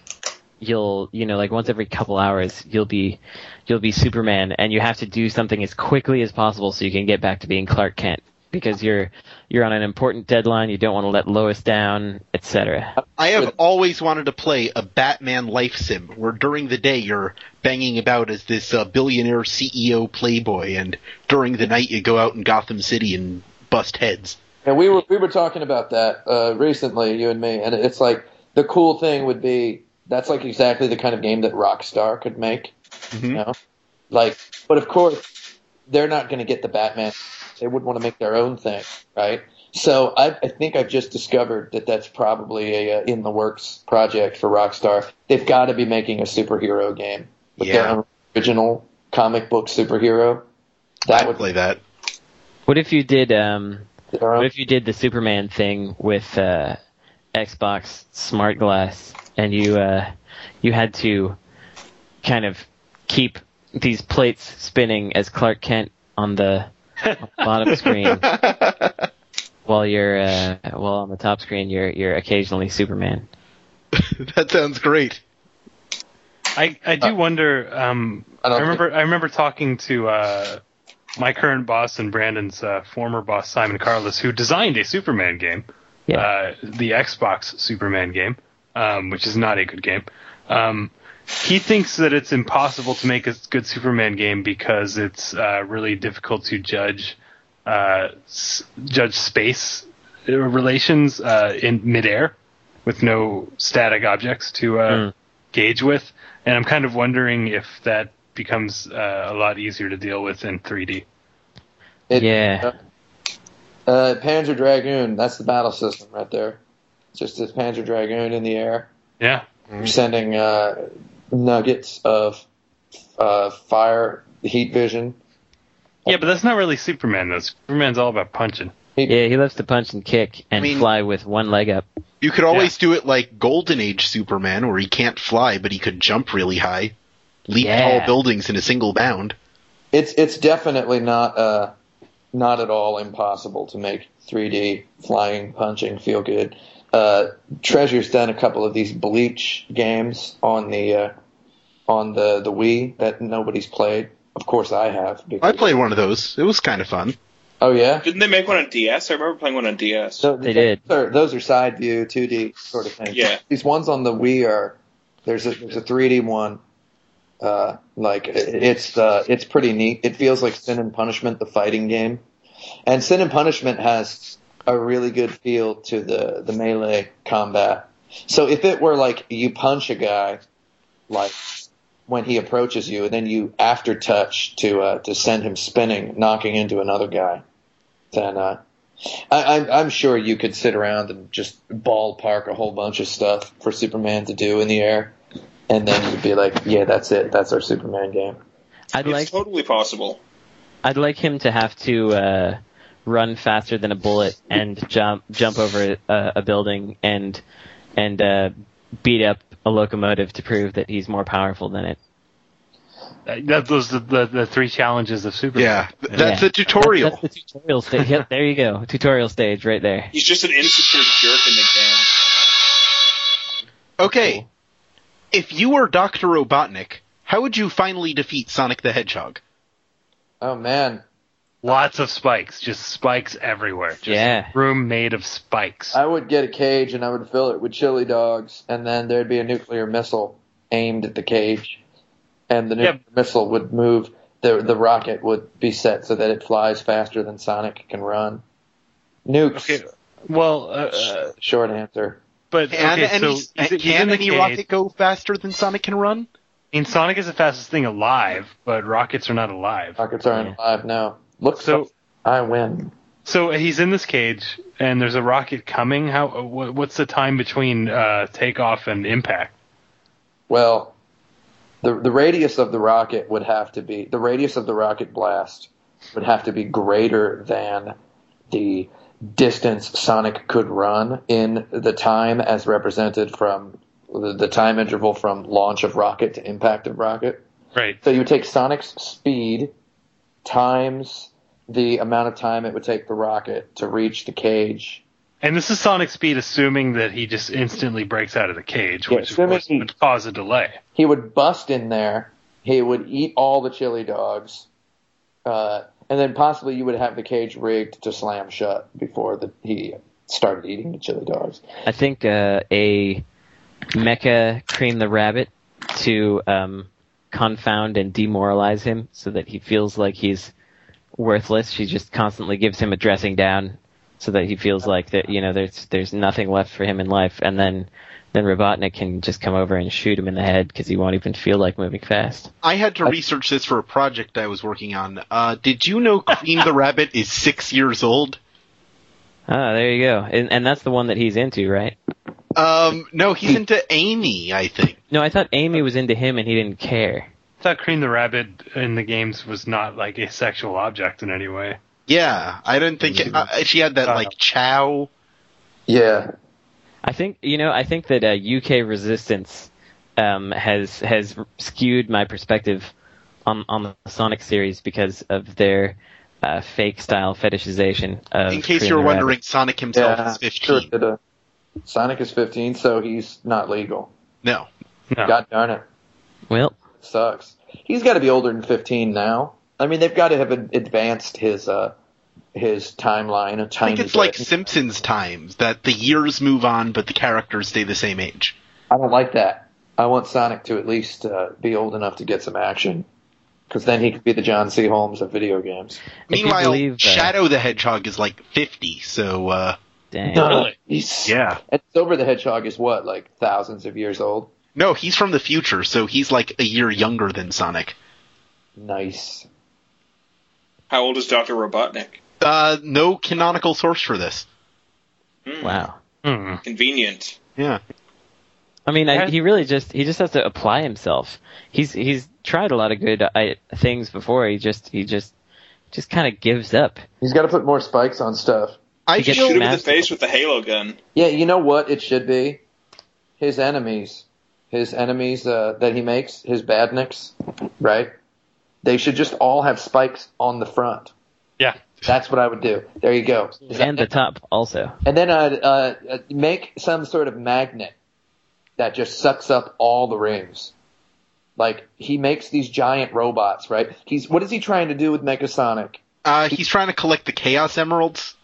S4: you'll you know like once every couple hours, you'll be you'll be Superman, and you have to do something as quickly as possible so you can get back to being Clark Kent because you're you're on an important deadline. You don't want to let Lois down, etc.
S1: I have always wanted to play a Batman life sim where during the day you're banging about as this uh, billionaire CEO playboy, and during the night you go out in Gotham City and bust heads.
S3: And we were we were talking about that uh, recently, you and me, and it's like the cool thing would be that's like exactly the kind of game that Rockstar could make. You know? Like, but of course they're not going to get the Batman. They would want to make their own thing, right? So I, I think I've just discovered that that's probably a, uh in the works project for Rockstar. They've got to be making a superhero game with their
S1: Yeah.
S3: own original comic book superhero. That
S1: I would
S3: would
S1: play that.
S4: What if you did um,
S3: be their
S4: What
S3: own.
S4: if you did the Superman thing with uh, Xbox Smart Glass, and you uh, you had to kind of keep these plates spinning as Clark Kent on the bottom screen, while you're uh, while on the top screen you're you're occasionally Superman.
S1: that sounds great.
S2: I, I do wonder. Um,
S3: Uh, I
S2: I,
S3: don't
S2: remember I remember talking to uh, my current boss and Brandon's uh, former boss Simon Carlos, who designed a Superman game,
S4: Yeah.
S2: uh, the Xbox Superman game, um, which is not a good game. Um, he thinks that it's impossible to make a good Superman game because it's uh, really difficult to judge uh, s- judge space uh, relations uh, in midair with no static objects to uh, gauge with. And I'm kind of wondering if that becomes uh, a lot easier to deal with in 3D.
S3: It-
S4: yeah.
S3: Uh, Panzer Dragoon, that's the battle system right there. It's just this Panzer Dragoon in the air.
S2: Yeah.
S3: You're sending uh, nuggets of uh, fire, heat vision.
S2: Yeah, but that's not really Superman though. Superman's all about punching.
S4: yeah, he loves to punch and kick and
S1: I mean-
S4: fly with one leg up.
S1: You could always do it like Golden Age Superman, where he can't fly but he could jump really high, leap
S4: Yeah.
S1: tall buildings in a single bound.
S3: It's it's definitely not uh, not at all impossible to make 3D flying punching feel good. Uh, Treasure's done a couple of these Bleach games on the uh, on the the Wii that nobody's played. Of course, I have.
S1: I
S3: Because,
S1: played one of those. It was kind of fun.
S3: oh yeah.
S5: Didn't they make one on DS? I remember playing one on DS.
S3: So
S4: They
S3: those
S4: did.
S3: Are, those are side view, 2D sort of things.
S5: Yeah.
S3: These ones on the Wii are there's a there's a 3D one. Uh, like it- it's uh, it's pretty neat. It feels like Sin and Punishment, the fighting game, and Sin and Punishment has a really good feel to the the melee combat. So if it were like you punch a guy, like when he approaches you, and then you after touch to uh, to send him spinning, knocking into another guy, then uh, I, I'm, I'm sure you could sit around and just ballpark a whole bunch of stuff for Superman to do in the air, and then you'd be like, yeah, that's it. That's our Superman game.
S4: I'd
S5: it's
S4: like
S5: totally possible.
S4: I'd like him to have to uh, run faster than a bullet and jump jump over a, a building and and uh, beat up a locomotive to prove that he's more powerful than it.
S2: That, those the, the the three challenges of Superman.
S1: Yeah, th- that's
S4: Yeah.
S1: the tutorial.
S4: That's, that's the tutorial stage. Yep, there you go. Tutorial stage right there.
S5: He's just an insecure jerk in the game.
S1: Okay, if you were Doctor Robotnik, how would you finally defeat Sonic the Hedgehog?
S3: Oh man,
S2: Lots of spikes, just spikes everywhere. Just
S4: Yeah.
S2: Room made of spikes.
S3: I would get a cage and I would fill it with chili dogs, and then there'd be a nuclear missile aimed at the cage, and the nuclear missile would move. The, the rocket would be set so that it flies faster than Sonic can run. Nukes.
S2: Okay. Well, uh, uh,
S3: Short answer.
S2: but
S1: Can
S2: okay, so
S1: any,
S2: he's, he's in
S1: can
S2: the
S1: any
S2: cage.
S1: rocket go faster than Sonic can run?
S2: I mean, Sonic is the fastest thing alive, but rockets are not alive.
S3: Rockets aren't
S4: Yeah.
S3: alive now. Look,
S2: So-
S3: so I win.
S2: So uh, he's in this cage, and there's a rocket coming. How? wh- What's the time between uh, takeoff and impact?
S3: Well, the the radius of the rocket would have to be the radius of the rocket blast would have to be greater than the distance Sonic could run in the time as represented from the, the time interval from launch of rocket to impact of rocket.
S2: Right.
S3: So you would take Sonic's speed times the amount of time it would take the rocket to reach the cage.
S2: And this is Sonic speed, assuming that he just instantly breaks out of the cage,
S3: Yeah,
S2: which of course
S3: assuming-
S2: would cause a delay.
S3: he would bust in there. He would eat all the chili dogs, uh, and then possibly you would have the cage rigged to slam shut before the, he started eating the chili dogs.
S4: I think uh, a mecha cream the rabbit to um, confound and demoralize him so that he feels like he's worthless. She just constantly gives him a dressing down so that he feels like that you know there's there's nothing left for him in life, and then then Robotnik can just come over and shoot him in the head because he won't even feel like moving fast.
S1: I had to research this for a project I was working on. Uh, did you know Cream the Rabbit is six years old?
S4: Ah, there you go, and, and that's the one that he's into, right?
S1: Um, no, he's into Amy, I think.
S4: No, I thought Amy was into him and he didn't care.
S2: I thought Cream the Rabbit in the games was not like a sexual object in any way.
S1: Yeah, I didn't think
S4: Mm-hmm.
S1: uh, she had that like
S4: Uh-huh.
S1: Chow.
S3: Yeah,
S4: I think you know. I think that uh, UK resistance um, has has skewed my perspective on on the Sonic series because of their uh, fake style fetishization. Of
S1: In case
S4: Korean
S1: you're
S4: rabbit.
S1: wondering, Sonic himself
S3: yeah.
S1: is 15.
S3: sure, uh, Sonic is 15, so he's not legal.
S1: No,
S2: No.
S3: God darn it,
S4: well,
S3: it sucks. He's got to be older than 15 now. I mean, they've got to have ad- advanced his uh, his timeline a
S1: I
S3: tiny
S1: think it's
S3: bit.
S1: like Simpsons times that the years move on, but the characters stay the same age.
S3: I don't like that. I want Sonic to at least uh, be old enough to get some action, because then he could be the John C. Holmes of video games.
S4: I do
S1: Meanwhile,
S4: believe, uh,
S1: Shadow the Hedgehog is like 50, so uh,
S4: dang.
S2: Really?
S3: He's,
S1: yeah.
S3: And Silver the Hedgehog is what, like thousands of years old.
S1: No, he's from the future, so he's like a year younger than Sonic.
S3: Nice.
S5: How old is Doctor Robotnik?
S1: Uh, no canonical source for this.
S4: Wow.
S2: Hmm.
S5: Convenient.
S1: Yeah.
S4: I mean, I,
S2: Has-
S4: he really just he just has to apply himself. He's he's tried a lot of good I, things before. He just he just just kind of gives up.
S3: He's got to put more spikes on stuff.
S1: I
S4: He gets
S1: feel
S5: Shoot him in the
S4: Master.
S5: face with the Halo gun.
S3: Yeah, you know what? It should be his enemies, his enemies uh, that he makes, his badniks, right? They should just all have spikes on the front.
S2: Yeah.
S3: That's what I would do. There you go.
S4: And the top also.
S3: And then I'd uh, uh, make some sort of magnet that just sucks up all the rings. Like he makes these giant robots, right? He's what is he trying to do with Megasonic?
S1: Uh, he's trying to collect the Chaos Emeralds.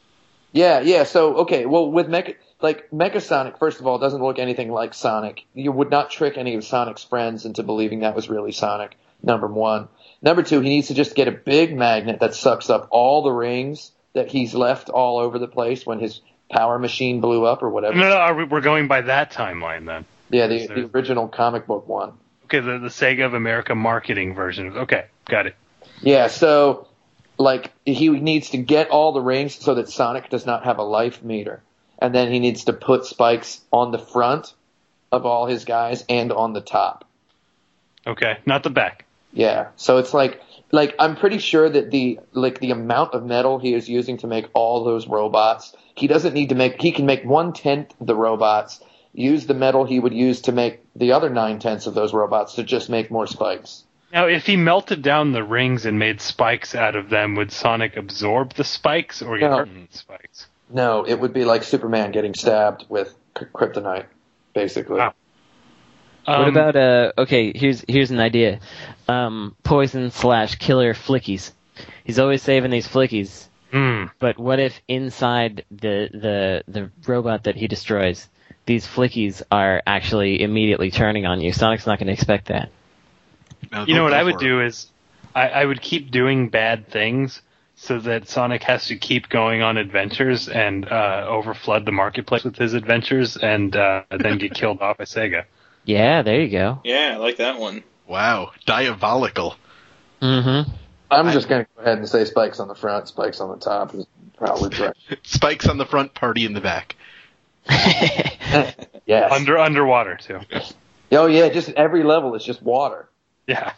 S3: Yeah, yeah. So okay, well with Mecha, like Megasonic, first of all, doesn't look anything like Sonic. You would not trick any of Sonic's friends into believing that was really Sonic. Number one. Number two, he needs to just get a big magnet that sucks up all the rings that he's left all over the place when his power machine blew up or whatever.
S2: No, no, are we, we're going by that timeline then.
S3: Yeah, the,
S2: So-
S3: the original comic book one.
S2: Okay, the, the Sega of America marketing version. Okay, got it.
S3: Yeah, so like he needs to get all the rings so that Sonic does not have a life meter, and then he needs to put spikes on the front of all his guys and on the top.
S2: Okay, not the back.
S3: Yeah. So it's like like I'm pretty sure that the like the amount of metal he is using to make all those robots, he doesn't need to make he can make one tenth the robots, use the metal he would use to make the other nine tenths of those robots to just make more spikes.
S2: Now, if he melted down the rings and made spikes out of them, would Sonic absorb the spikes or
S3: No.
S2: get spikes?
S3: No, it would be like Superman getting stabbed with k- kryptonite, basically.
S2: Wow.
S4: what
S2: Um,
S4: about uh? Okay, here's here's an idea. Um, poison slash killer flickies. He's always saving these flickies.
S2: hmm,
S4: But what if inside the the the robot that he destroys, these flickies are actually immediately turning on you? Sonic's not going to expect that.
S1: No,
S2: you
S1: go-
S2: know what
S1: Oh, go
S2: I would
S1: for it.
S2: do is I, I would keep doing bad things so that Sonic has to keep going on adventures and uh, overflood the marketplace with his adventures and uh, then get killed off by Sega.
S4: Yeah, there you go.
S5: Yeah, I like that one.
S1: Wow, diabolical.
S4: Mm-hmm.
S3: I'm just going to go ahead and say spikes on the front, spikes on the top is probably correct.
S1: Spikes on the front, party in the back.
S3: yes.
S2: Under underwater too.
S3: oh yeah, just every level is just water.
S2: Yeah,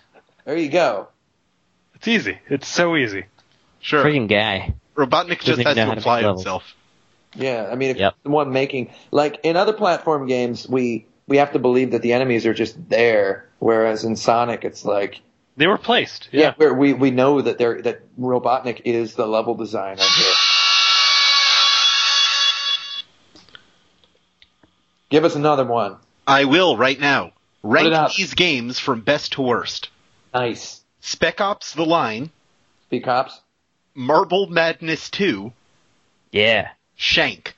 S3: There you go.
S2: it's easy. It's so easy.
S1: Sure.
S4: Friggin' guy.
S1: Robotnik just
S4: Doesn't
S1: has
S4: even know
S1: to
S4: how to
S1: apply
S4: make levels.
S1: himself.
S3: Yeah, I mean, if
S4: Yep.
S3: the one making like in other platform games, we we have to believe that the enemies are just there, whereas in Sonic, it's like
S2: They were placed.
S3: yeah,
S2: Yeah.
S3: where we we know that they're that Robotnik is the level designer here. Give us another one.
S1: I will right now.
S3: it up.
S1: Rank these games from best to worst.
S3: Nice.
S1: Spec Ops The Line,
S3: Speak cops.
S1: Marble Madness 2,
S4: Yeah.
S1: Shank.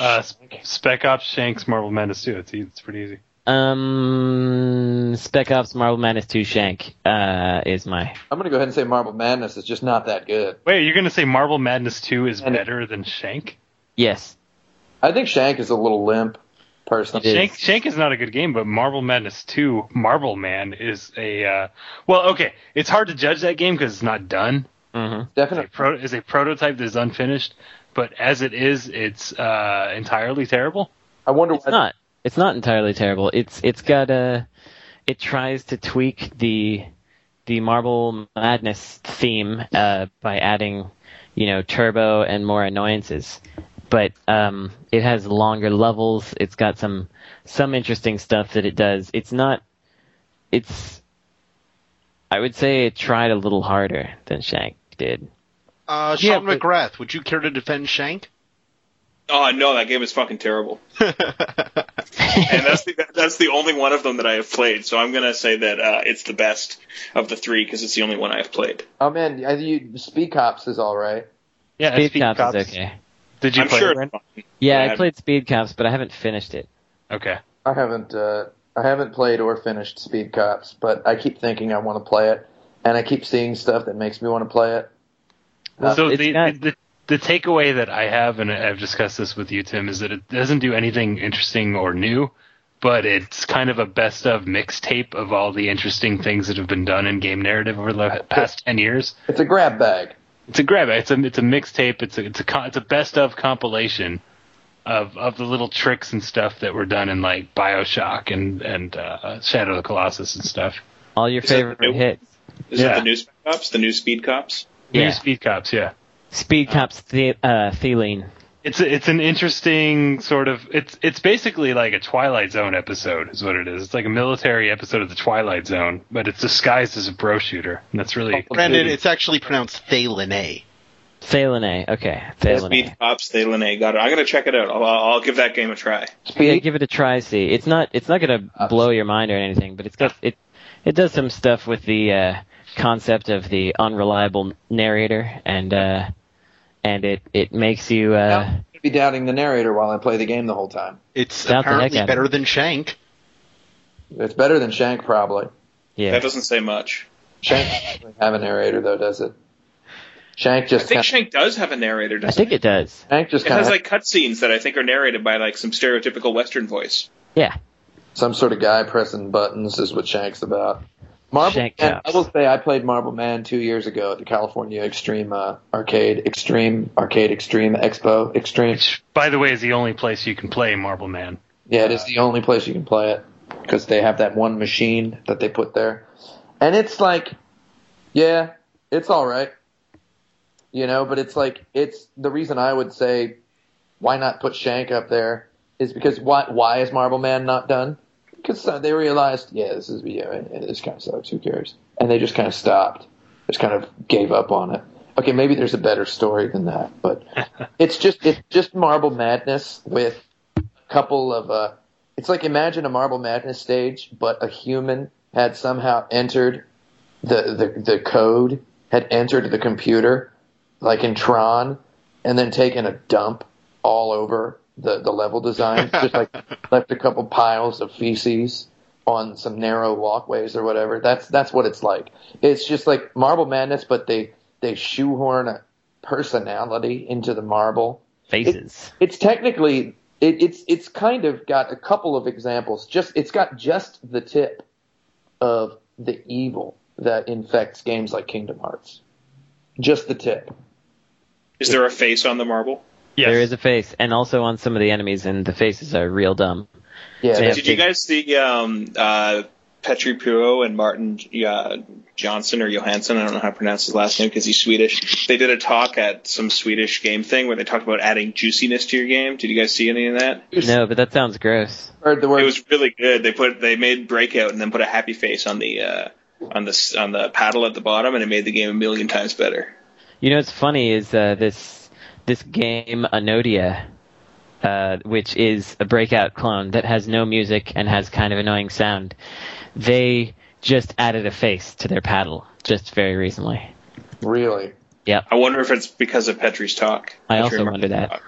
S2: Uh, Sp- Spec Ops, Shanks, Marvel Madness too. It's e- it's pretty easy.
S4: Um, Spec Ops Marvel Madness 2 Shank uh, is my.
S3: I'm gonna go ahead and say Marble Madness is just not that good.
S2: Wait, you're gonna say Marvel Madness two is
S3: And-
S2: better than Shank?
S4: Yes.
S3: I think Shank is a little limp, personally.
S4: It is.
S2: Shank Shank is not a good game, but Marvel Madness two Marble Man is a uh, well. Okay, it's hard to judge that game because it's not done.
S4: hmm
S2: It's a,
S3: Definitely.
S2: pro- it's a prototype that is unfinished, but as it is, it's uh, entirely terrible.
S3: I wonder
S4: It's not. It's not entirely terrible. It's it's got a. It tries to tweak the the Marvel Madness theme uh, by adding, you know, turbo and more annoyances. But um, it has longer levels. It's got some some interesting stuff that it does. It's not. It's. I would say it tried a little harder than Shank did.
S1: Uh,
S4: Yeah,
S1: Sean
S4: but-
S1: McGrath, would you care to defend Shank?
S5: Oh no, that game is fucking terrible. and that's the, that's the only one of them that I have played. So I'm gonna say that uh, it's the best of the three because it's the only one I have played.
S3: Oh man, I- you, Speed Cops is all right.
S2: Yeah,
S4: Speed
S2: Speed
S4: Cops,
S2: Cops.
S4: is okay.
S2: Did you
S5: I'm
S2: play
S5: sure.
S2: it? Ren?
S4: Yeah,
S5: Yeah.
S4: I played Speed Cops, but I haven't finished it.
S2: Okay.
S3: I haven't uh, I haven't played or finished Speed Cops, but I keep thinking I want to play it, and I keep seeing stuff that makes me want to play it. Uh,
S2: so
S4: it's
S2: the,
S4: not-
S2: the the takeaway that I have, and I've discussed this with you, Tim, is that it doesn't do anything interesting or new, but it's kind of a best of mixtape of all the interesting things that have been done in game narrative over the past ten years.
S3: It's a grab bag.
S2: It's a grab. It's a it's a mixtape. It's a it's a co- it's a best of compilation of of the little tricks and stuff that were done in like Bioshock and and uh, Shadow of the Colossus and stuff.
S4: All your
S5: Is that the
S4: favorite
S5: new one?
S4: hits.
S5: Is
S2: Yeah.
S5: it the new Spec Ops, the new Speed Cops?
S2: New
S4: Yeah.
S2: Speed Cops, yeah.
S4: Speed Cops the, uh, Feline.
S2: It's a, it's an interesting sort of it's it's basically like a Twilight Zone episode is what it is. It's like a military episode of the Twilight Zone, but it's disguised as a bro shooter, and that's really
S4: Oh,
S1: Brandon, it's actually pronounced Thalene.
S4: Thalene. Okay. Thalene.
S5: Speed Cops, they Linnae got it. I'm gonna check it out. I'll, I'll give that game a try.
S4: Yeah,
S3: Speed.
S4: give it a try. See, it's not it's not gonna blow your mind or anything, but it's got it it does some stuff with the uh, concept of the unreliable narrator, and uh, and it it makes you uh,
S3: I'm gonna be doubting the narrator while I play the game the whole time.
S1: It's
S4: Doubt the
S1: apparently
S4: heck out of
S1: better
S4: it.
S1: than Shank.
S3: It's better than Shank probably.
S4: yeah.
S5: That doesn't say much.
S3: Shank doesn't have a narrator though, does it? Shank
S5: I
S3: just
S5: think
S3: kind
S5: Shank does have a narrator.
S4: I
S5: Doesn't
S4: think it does.
S3: Shank just
S5: It
S3: kind
S5: has
S3: of
S5: like cutscenes that I think are narrated by like some stereotypical Western voice.
S4: Yeah.
S3: some sort of guy pressing buttons is what Shank's about. Marble
S4: Shank
S3: Man, I
S4: caps.
S3: will say I played Marble Man two years ago at the California Extreme uh, Arcade, Extreme Arcade, Extreme Expo, Extreme.
S2: Which, by the way, is the only place you can play Marble Man.
S3: Yeah, it is the only place you can play it because they have that one machine that they put there, and it's like, yeah, it's all right, you know. But it's like it's the reason I would say why not put Shank up there is because why why is Marble Man not done? Because uh, they realized yeah, this is yeah, it- it- this kind of sucks. Who cares? And they just kind of stopped, just kind of gave up on it. Okay, maybe there's a better story than that, but it's just it's just Marble Madness with couple of uh it's like imagine a marble madness stage but a human had somehow entered the the, the code had entered the computer like in tron and then taken a dump all over the the level design just like left a couple piles of feces on some narrow walkways or whatever that's that's what it's like it's just like marble madness but they they shoehorn a personality into the marble
S4: Faces.
S3: it's technically it, it's it's kind of got a couple of examples. Just it's got just the tip of the evil that infects games like Kingdom Hearts. Just the tip.
S5: Is there a face on the marble?
S2: Yes.
S4: There is a face, and also on some of the enemies, and the faces are real dumb.
S3: Yeah.
S4: Yeah.
S5: Did you guys see um, uh, Petri Puro and Martin uh, Johnson or Johansson? I don't know how to pronounce his last name because he's Swedish. They did a talk at some Swedish game thing where they talked about adding juiciness to your game. Did you guys see any of that?
S4: No, but that sounds gross.
S3: Heard the word
S5: It was really good. They put they made breakout and then put a happy face on the uh, on the s- on the paddle at the bottom, and it made the game a million times better.
S4: You know what's funny is uh, this this game Anodia, uh, which is a breakout clone that has no music and has kind of annoying sound. They just added a face to their paddle just very recently.
S3: really.
S5: I wonder if it's because of Petri's talk.
S4: I
S5: Petri
S4: also
S5: and Martin
S4: wonder that.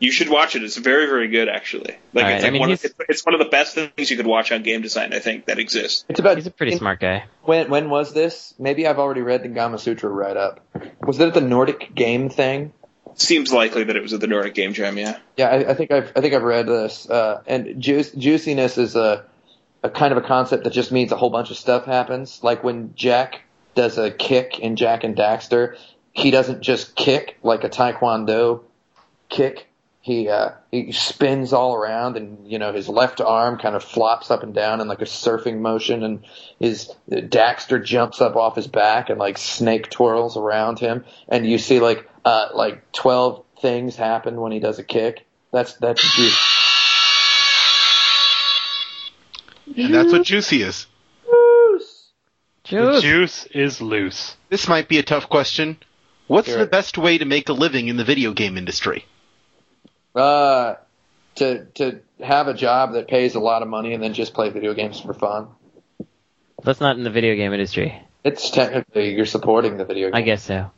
S5: You should watch it. It's very, very good, actually. Like,
S4: Alright,
S5: it's,
S4: I
S5: like
S4: mean,
S5: one of,
S4: he's-
S5: it's- it's one of the best things you could watch on game design. I think that exists.
S3: It's about
S4: He's a pretty
S3: in-
S4: smart guy.
S3: When when was this? Maybe I've already read the Gama Sutra write up. Was it at the Nordic game thing?
S5: Seems likely that it was at the Nordic Game Jam. Yeah,
S3: Yeah, I, I think I've I think I've read this. Uh, and juice, juiciness is a a kind of a concept that just means a whole bunch of stuff happens. Like when Jack does a kick in Jack and Daxter, he doesn't just kick like a taekwondo kick. He uh, he spins all around, and you know his left arm kind of flops up and down in like a surfing motion, and his Daxter jumps up off his back and like snake twirls around him, and you see like uh, like twelve things happen when he does a kick. That's that's juice.
S1: And that's what juicy is.
S2: The
S4: Juice.
S2: juice is loose.
S1: This might be a tough question. What's
S3: Sure.
S1: the best way to make a living in the video game industry?
S3: Uh, to to have a job that pays a lot of money and then just play video games for fun.
S4: That's not in the video game industry.
S3: It's technically you're supporting the video game.
S4: I guess so.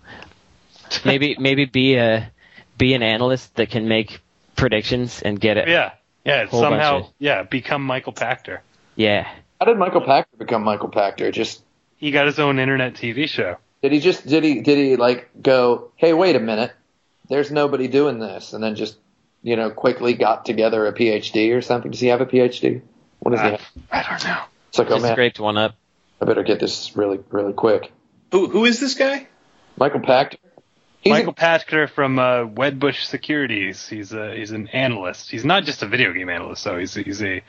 S4: Maybe maybe be a be an analyst that can make predictions and get it.
S2: Yeah. Yeah. It's
S4: Whole bunch
S2: somehow,
S4: of-
S2: yeah, become Michael Pachter.
S4: Yeah.
S3: How did Michael Pachter become Michael Pachter? Just
S2: He got his own internet TV show.
S3: did he just did he did he like go? Hey, wait a minute. There's nobody doing this, and then just you know quickly got together a PhD or something. Does he have a PhD? What does he?
S2: Uh,
S3: Have?
S2: I don't know.
S3: It's like, oh
S4: Just
S3: man,
S4: scraped one up.
S3: I better get this really really quick.
S5: who who is this guy?
S3: Michael Pachter. He's a-
S2: Michael Pachter from uh, Wedbush Securities. He's a he's an analyst. He's not just a video game analyst, though. He's he's a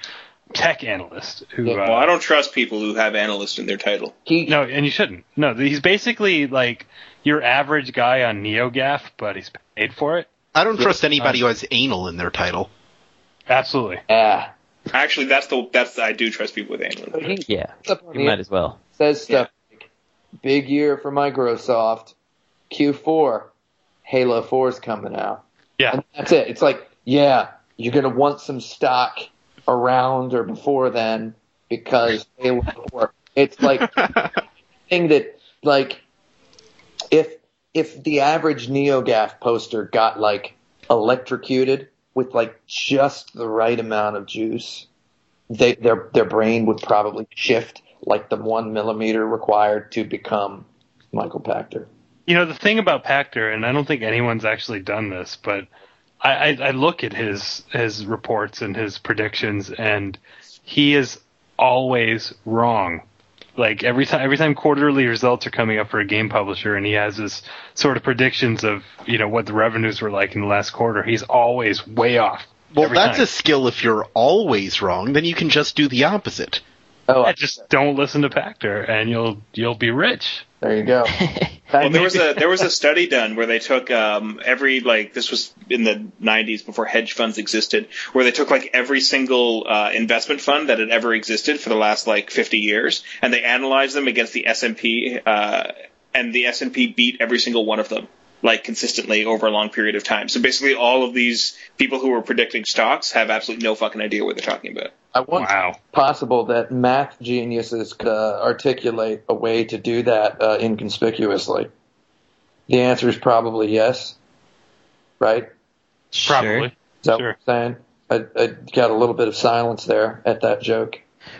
S2: tech analyst who.
S3: Yeah.
S2: Uh,
S5: Well, I don't trust people who have analyst in their title.
S3: he
S2: no, and you shouldn't. No, he's basically like your average guy on NeoGaf, but he's paid for it.
S1: I don't trust
S3: Uh,
S1: anybody who has anal in their title.
S2: Absolutely.
S3: ah.
S5: Actually, that's the that's I do trust people with analysts.
S3: But he
S4: Yeah.
S3: gets up on
S4: You
S3: the
S4: might as well.
S3: says stuff like, big year for Microsoft, Q4, Halo 4 is coming out.
S2: Yeah.
S3: And that's it. It's like, yeah, you're going to want some stock around or before then because Halo 4. It's like thing that like if if the average NeoGaf poster got like electrocuted with like just the right amount of juice, they their their brain would probably shift like the one millimeter required to become Michael Pachter.
S2: You know, the thing about Pachter, and I don't think anyone's actually done this, but I, I, I look at his his reports and his predictions, and he is always wrong. Like every time, every time quarterly results are coming up for a game publisher, and he has this sort of predictions of you know what the revenues were like in the last quarter. He's always way off.
S1: Well,
S2: every
S1: that's
S2: time.
S1: a skill. If you're always wrong, then you can just do the opposite.
S3: Oh,
S2: Yeah, just don't listen to Pactor, and you'll you'll be rich.
S3: there you go.
S5: Well, there was a there was a study done where they took um, every like this was in the 90s before hedge funds existed, where they took like every single uh, investment fund that had ever existed for the last like 50 years, and they analyzed them against the S and P, uh, and the S and P beat every single one of them like consistently over a long period of time. So basically, all of these people who were predicting stocks have absolutely no fucking idea what they're talking about.
S3: I want
S2: Wow.
S3: possible that math geniuses could uh, articulate a way to do that uh, inconspicuously? The answer is probably yes, right?
S2: Probably.
S3: Is that
S2: Sure.
S3: what I'm saying? I, I got a little bit of silence there at that joke.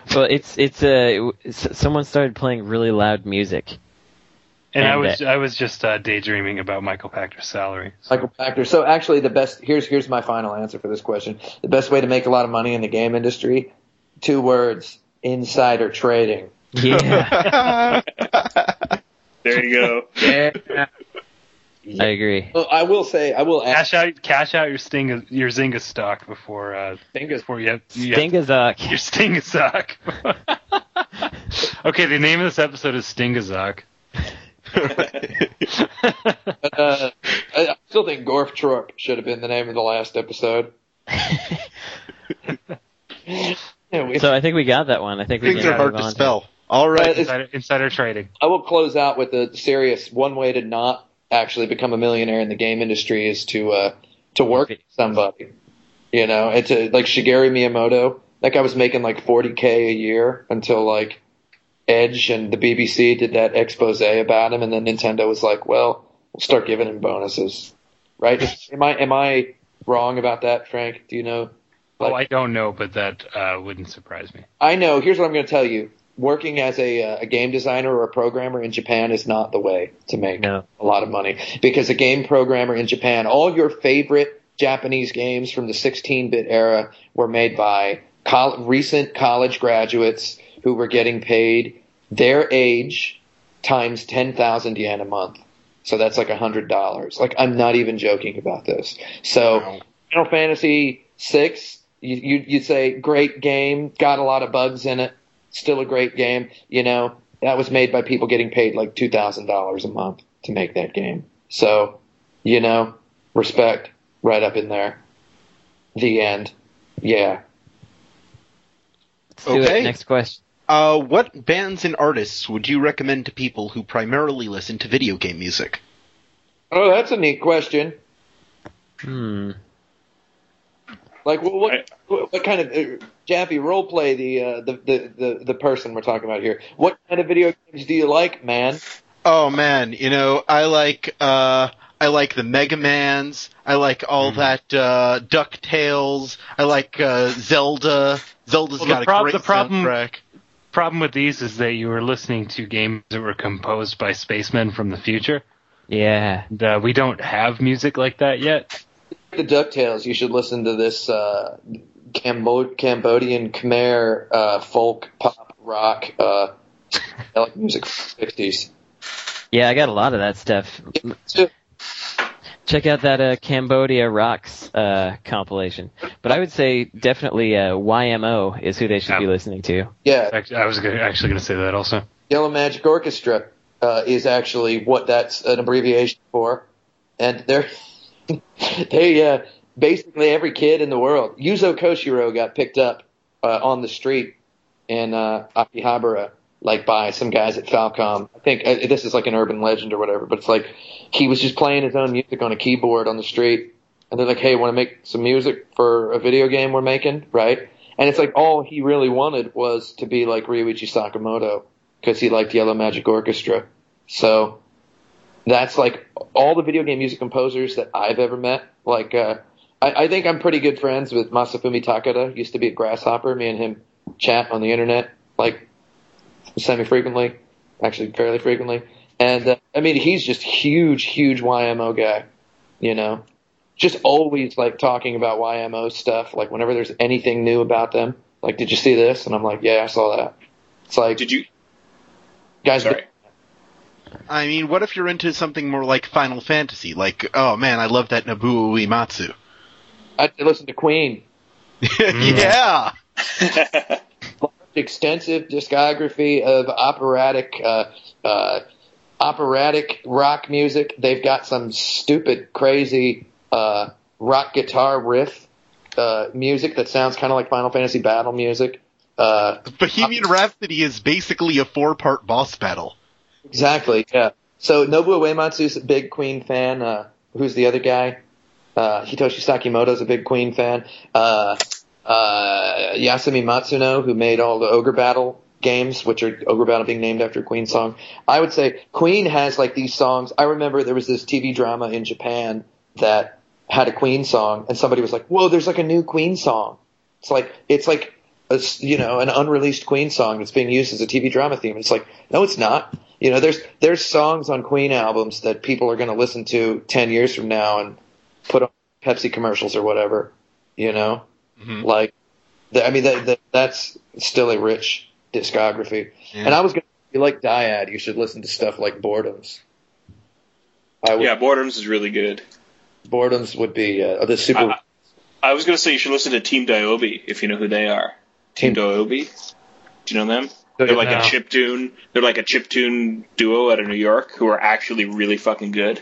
S4: Sure. Well, it's it's uh, s- someone started playing really loud music.
S2: And I
S4: And
S2: was I was just uh, daydreaming about Michael Pactor's salary.
S3: Michael Pachter. So actually, the best here's here's my final answer for this question. The best way to make a lot of money in the game industry, two words: insider trading.
S4: Yeah,
S5: There you go.
S3: Yeah.
S4: I agree.
S3: Well, I will say, I will ask.
S2: Cash out, cash out your Sting, your Zynga stock before uh,
S3: Dingus.
S2: before you have, you have-
S4: Stingazok.
S2: your Stingazok. okay, the name of this episode is Stingazok.
S3: Uh, I, I still think Gorf Truck should have been the name of the last episode. Yeah, we-
S4: So I think we got that one. I think we
S1: Things
S4: can
S1: are hard
S4: move
S1: to
S4: on.
S1: spell. All right.
S3: It's-
S2: Insider, insider trading.
S3: I will close out with the serious one way to not actually become a millionaire in the game industry is to uh, to work for somebody. You know, it's a, like Shigeru Miyamoto. That guy was making like 40k a year until like Edge and the BBC did that expose about him, and then Nintendo was like, "Well, we'll start giving him bonuses." Right? Is- am I am I wrong about that, Frank? Do you know?
S2: Oh, I don't know, but that uh, wouldn't surprise me.
S3: I know. Here's what I'm going to tell you. Working as a, uh, a game designer or a programmer in Japan is not the way to make
S4: No.
S3: a lot of money because a game programmer in Japan, all your favorite Japanese games from the 16-bit era were made by col- recent college graduates who were getting paid their age times 10,000 yen a month. So that's like $100. Like I'm not even joking about this. So Final Fantasy six, you, you you'd say great game, got a lot of bugs in it, still a great game. You know that was made by people getting paid like two thousand dollars a month to make that game. So, you know, respect right up in there. The end. Yeah.
S4: Let's do
S1: Okay.
S4: it. Next question.
S1: Uh, what bands and artists would you recommend to people who primarily listen to video game music?
S3: Oh, that's a neat question.
S4: Hmm.
S3: Like, what what, what, what kind of uh, Jaffy role play the, uh, the the the the person we're talking about here? What kind of video games do you like, man?
S1: Oh man, you know, I like uh I like the Mega Mans, I like all that uh DuckTales, I like uh Zelda. Zelda's
S2: Well, the
S1: got a
S2: prob-
S1: great
S2: the problem-
S1: soundtrack.
S2: Problem with these is that you were listening to games that were composed by spacemen from the future.
S4: Yeah.
S2: And, uh, we don't have music like that yet.
S3: the Ducktales, you should listen to this uh, Cambo- Cambodian Khmer uh, folk pop rock uh, I like music from the '60s.
S4: Yeah, I got a lot of that stuff.
S3: So,
S4: Check out that uh, Cambodia Rocks uh, compilation. But I would say definitely uh, YMO is who they should be
S2: Yeah.
S4: listening to.
S3: yeah,
S2: Act- I was gonna, actually going to say that also.
S3: Yellow Magic Orchestra uh, is actually what that's an abbreviation for, and they're they uh, basically every kid in the world. Yuzo Koshiro got picked up uh, on the street in uh, Akihabara, like by some guys at Falcom. I think uh, this is like an urban legend or whatever, but it's like he was just playing his own music on a keyboard on the street, and they're like, "Hey, want to make some music for a video game we're making, right?" And it's like all he really wanted was to be like Ryuichi Sakamoto because he liked Yellow Magic Orchestra. So that's like all the video game music composers that I've ever met. Like, uh, I, I think I'm pretty good friends with Masafumi Takada. Used to be at Grasshopper. Me and him chat on the internet like semi frequently, actually fairly frequently. And uh, I mean, he's just huge, huge YMO guy. You know, just always like talking about YMO stuff. Like whenever there's anything new about them, like, did you see this? And I'm like, yeah, I saw that. It's like,
S5: Did you
S3: Guys,
S5: Sorry.
S1: I mean, what if you're into something more like Final Fantasy? Like, oh man, I love that Nobuo Uematsu.
S3: I listen to Queen.
S1: Mm-hmm. yeah.
S3: extensive discography of operatic uh, uh, operatic rock music. They've got some stupid, crazy uh, rock guitar riff uh, music that sounds kind of like Final Fantasy battle music. Uh,
S1: Bohemian Rhapsody is basically a four part boss battle.
S3: exactly. Yeah. So Nobuo Uematsu's a big Queen fan. Uh, who's the other guy? Uh, Hitoshi Sakimoto's a big Queen fan. Uh, uh, Yasumi Matsuno, who made all the Ogre Battle games, which are Ogre Battle being named after a Queen song. I would say Queen has like these songs. I remember there was this TV drama in Japan that had a Queen song, and somebody was like, "Whoa, there's like a new Queen song." It's like it's like a s you know an unreleased Queen song that's being used as a TV drama theme. It's like no, it's not. You know, there's there's songs on Queen albums that people are going to listen to ten years from now and put on Pepsi commercials or whatever. You know, like, the, I mean, that that that's still a rich discography. And I was going to, if you like Dyad, you should listen to stuff like Boredoms. I would,
S5: Yeah, Boredoms is really good.
S3: Boredoms would be uh, the super
S5: I- I was gonna say you should listen to Team Diobe if you know who they are. Team Diobe, do you know them? They're like
S2: No.
S5: a chip tune. They're like a chip tune duo out of New York who are actually really fucking good.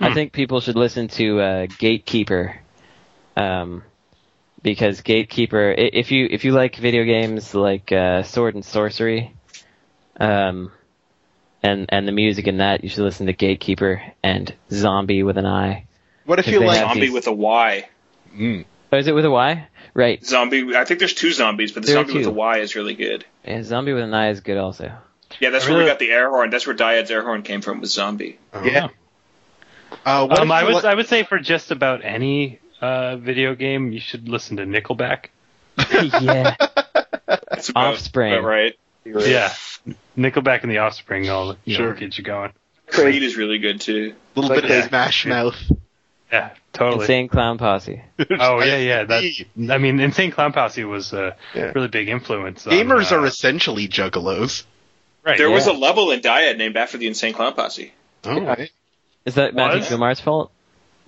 S4: I think people should listen to uh, Gatekeeper, um, because Gatekeeper, i- if you if you like video games like uh, Sword and Sorcery, um, and and the music in that, you should listen to Gatekeeper and Zombie with an I.
S1: What if
S4: If
S1: you
S4: they
S1: like?
S4: have-
S5: Zombie
S4: these-
S5: with a Y.
S4: Oh, is it with a Y? Right.
S5: Zombie. I think there's two zombies, but the
S4: There are
S5: zombie with
S4: two.
S5: a Y is really good.
S4: Yeah, Zombie with an I is good also.
S5: Yeah, that's where we
S2: Really?
S5: got the air horn. That's where Dyad's air horn came from was zombie.
S1: yeah. Uh, what
S2: Um,
S1: if
S2: I
S1: you
S2: would
S1: like-
S2: I would say for just about any uh, video game, you should listen to Nickelback.
S4: yeah.
S5: That's about,
S4: Offspring.
S5: about right?
S2: Yeah, Nickelback and the Offspring all you know,
S1: Sure.
S2: get you going.
S5: Creed is really good too.
S1: a little
S3: like
S1: bit of
S2: that.
S1: Smash Mouth.
S2: Yeah, totally.
S4: Insane Clown Posse.
S2: Oh yeah, yeah. That's
S1: Indeed.
S2: I mean, Insane Clown Posse was a
S3: Yeah.
S2: really big influence. on,
S1: Gamers
S2: uh,
S1: are essentially juggalos.
S2: right.
S5: There was
S2: yeah.
S5: a level in Dyad named after the Insane Clown Posse.
S1: All right.
S4: Is that Matthew
S2: Was?
S4: Gumar's fault?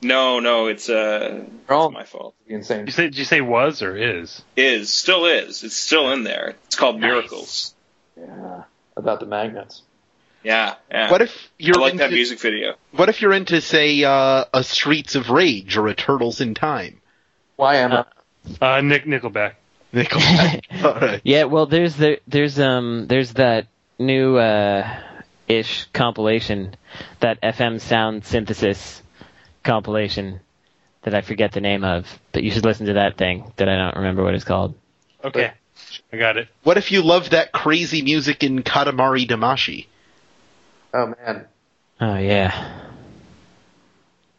S5: No, no, it's uh,
S3: all
S5: my fault.
S3: insane.
S2: You say, did you say was or is?
S5: Is still is. It's still in there. It's called Miracles.
S3: Yeah, about the magnets.
S5: Yeah, yeah.
S1: What if you're
S5: I like
S1: into,
S5: that music video.
S1: What if you're into say uh, a Streets of Rage or a Turtles in Time?
S3: Why am I?
S2: Uh, Nick Nickelback.
S1: Nickel. All right.
S4: Yeah, well, there's the there's um there's that new uh, ish compilation, that FM sound synthesis compilation that I forget the name of, but you should listen to that thing that I don't remember what it's called.
S2: Okay, I got it.
S1: What if you love that crazy music in Katamari Damashi?
S3: Oh man,
S4: Oh yeah,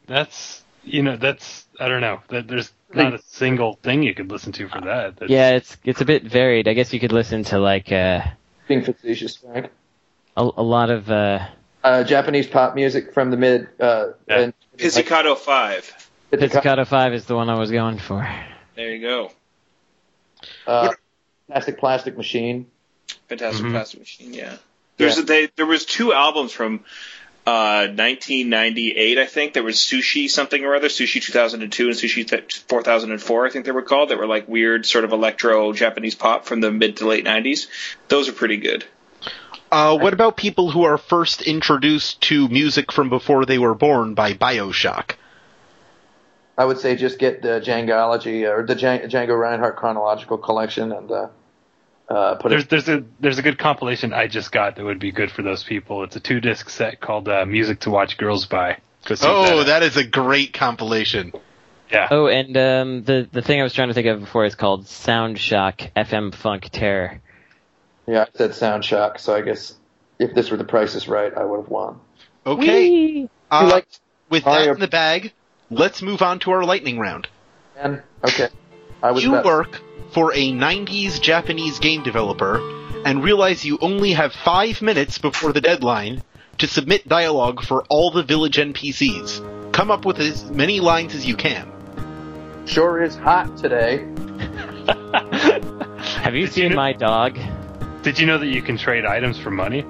S2: That's you know that's I don't know. That there's not a single thing you could listen to for that. That's,
S4: yeah, it's it's a bit varied. I guess you could listen to like uh,
S3: being facetious, Frank.
S4: a, a lot of uh,
S3: Uh, Japanese pop music from the mid. Uh,
S2: Yeah.
S3: and-
S5: Pizzicato Five.
S4: Pizzicato Five is the one I was going for.
S5: There you go.
S3: uh, plastic plastic machine.
S5: Fantastic Plastic Machine. Mm-hmm. Yeah. There's they, there was two albums from uh, 1998, I think. There was Sushi something or other, Sushi 2002 and Sushi th- 4004, I think they were called. That were like weird sort of electro Japanese pop from the mid to late 90s. Those are pretty good.
S1: Uh, what about people who are first introduced to music from before they were born by Bioshock?
S3: I would say just get the Djangoology or the Djan- Django Reinhardt chronological collection and uh, uh, put
S2: There's
S3: it.
S2: there's a there's a good compilation I just got that would be good for those people. It's a two disc set called uh, Music to Watch Girls By. Go seek
S1: Oh,
S2: out.
S1: that is a great compilation.
S2: yeah.
S4: Oh, and um, the the thing I was trying to think of before is called Sound Shock FM Funk Terror.
S3: Yeah, I said Sound Shock, so I guess if this were the price is right, I would have won.
S1: Okay. Uh,
S3: You like
S1: with that
S3: Mario-
S1: in the bag, let's move on to our lightning round.
S3: Man? Okay. I was
S1: You
S3: about-
S1: work for a 90s Japanese game developer and realize you only have five minutes before the deadline to submit dialogue for all the village NPCs. Come up with as many lines as you can.
S3: Sure is hot today.
S4: Have you seen my dog?
S2: Did you know that you can trade items for money?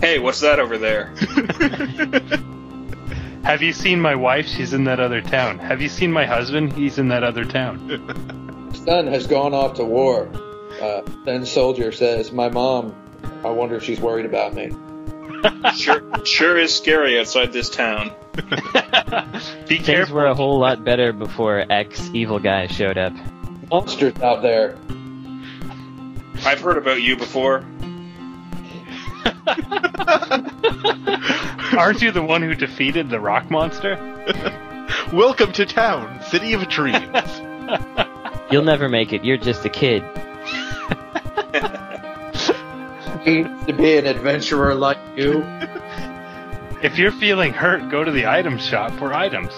S5: Hey, what's that over there?
S2: Have you seen my wife? She's in that other town. Have you seen my husband? He's in that other town.
S3: Son has gone off to war. Uh, then soldier says, "My mom. I wonder if she's worried about me."
S5: Sure, sure is scary outside this town.
S2: Be
S4: Things
S2: careful.
S4: were a whole lot better before X evil guy showed up.
S3: Monsters out there.
S5: I've heard about you before.
S2: Aren't you the one who defeated the rock monster?
S1: Welcome to town, city of dreams.
S2: Oh.
S4: You'll never make it. You're just a kid.
S3: Needs to be an adventurer like you.
S2: If you're feeling hurt, go to the item shop for items.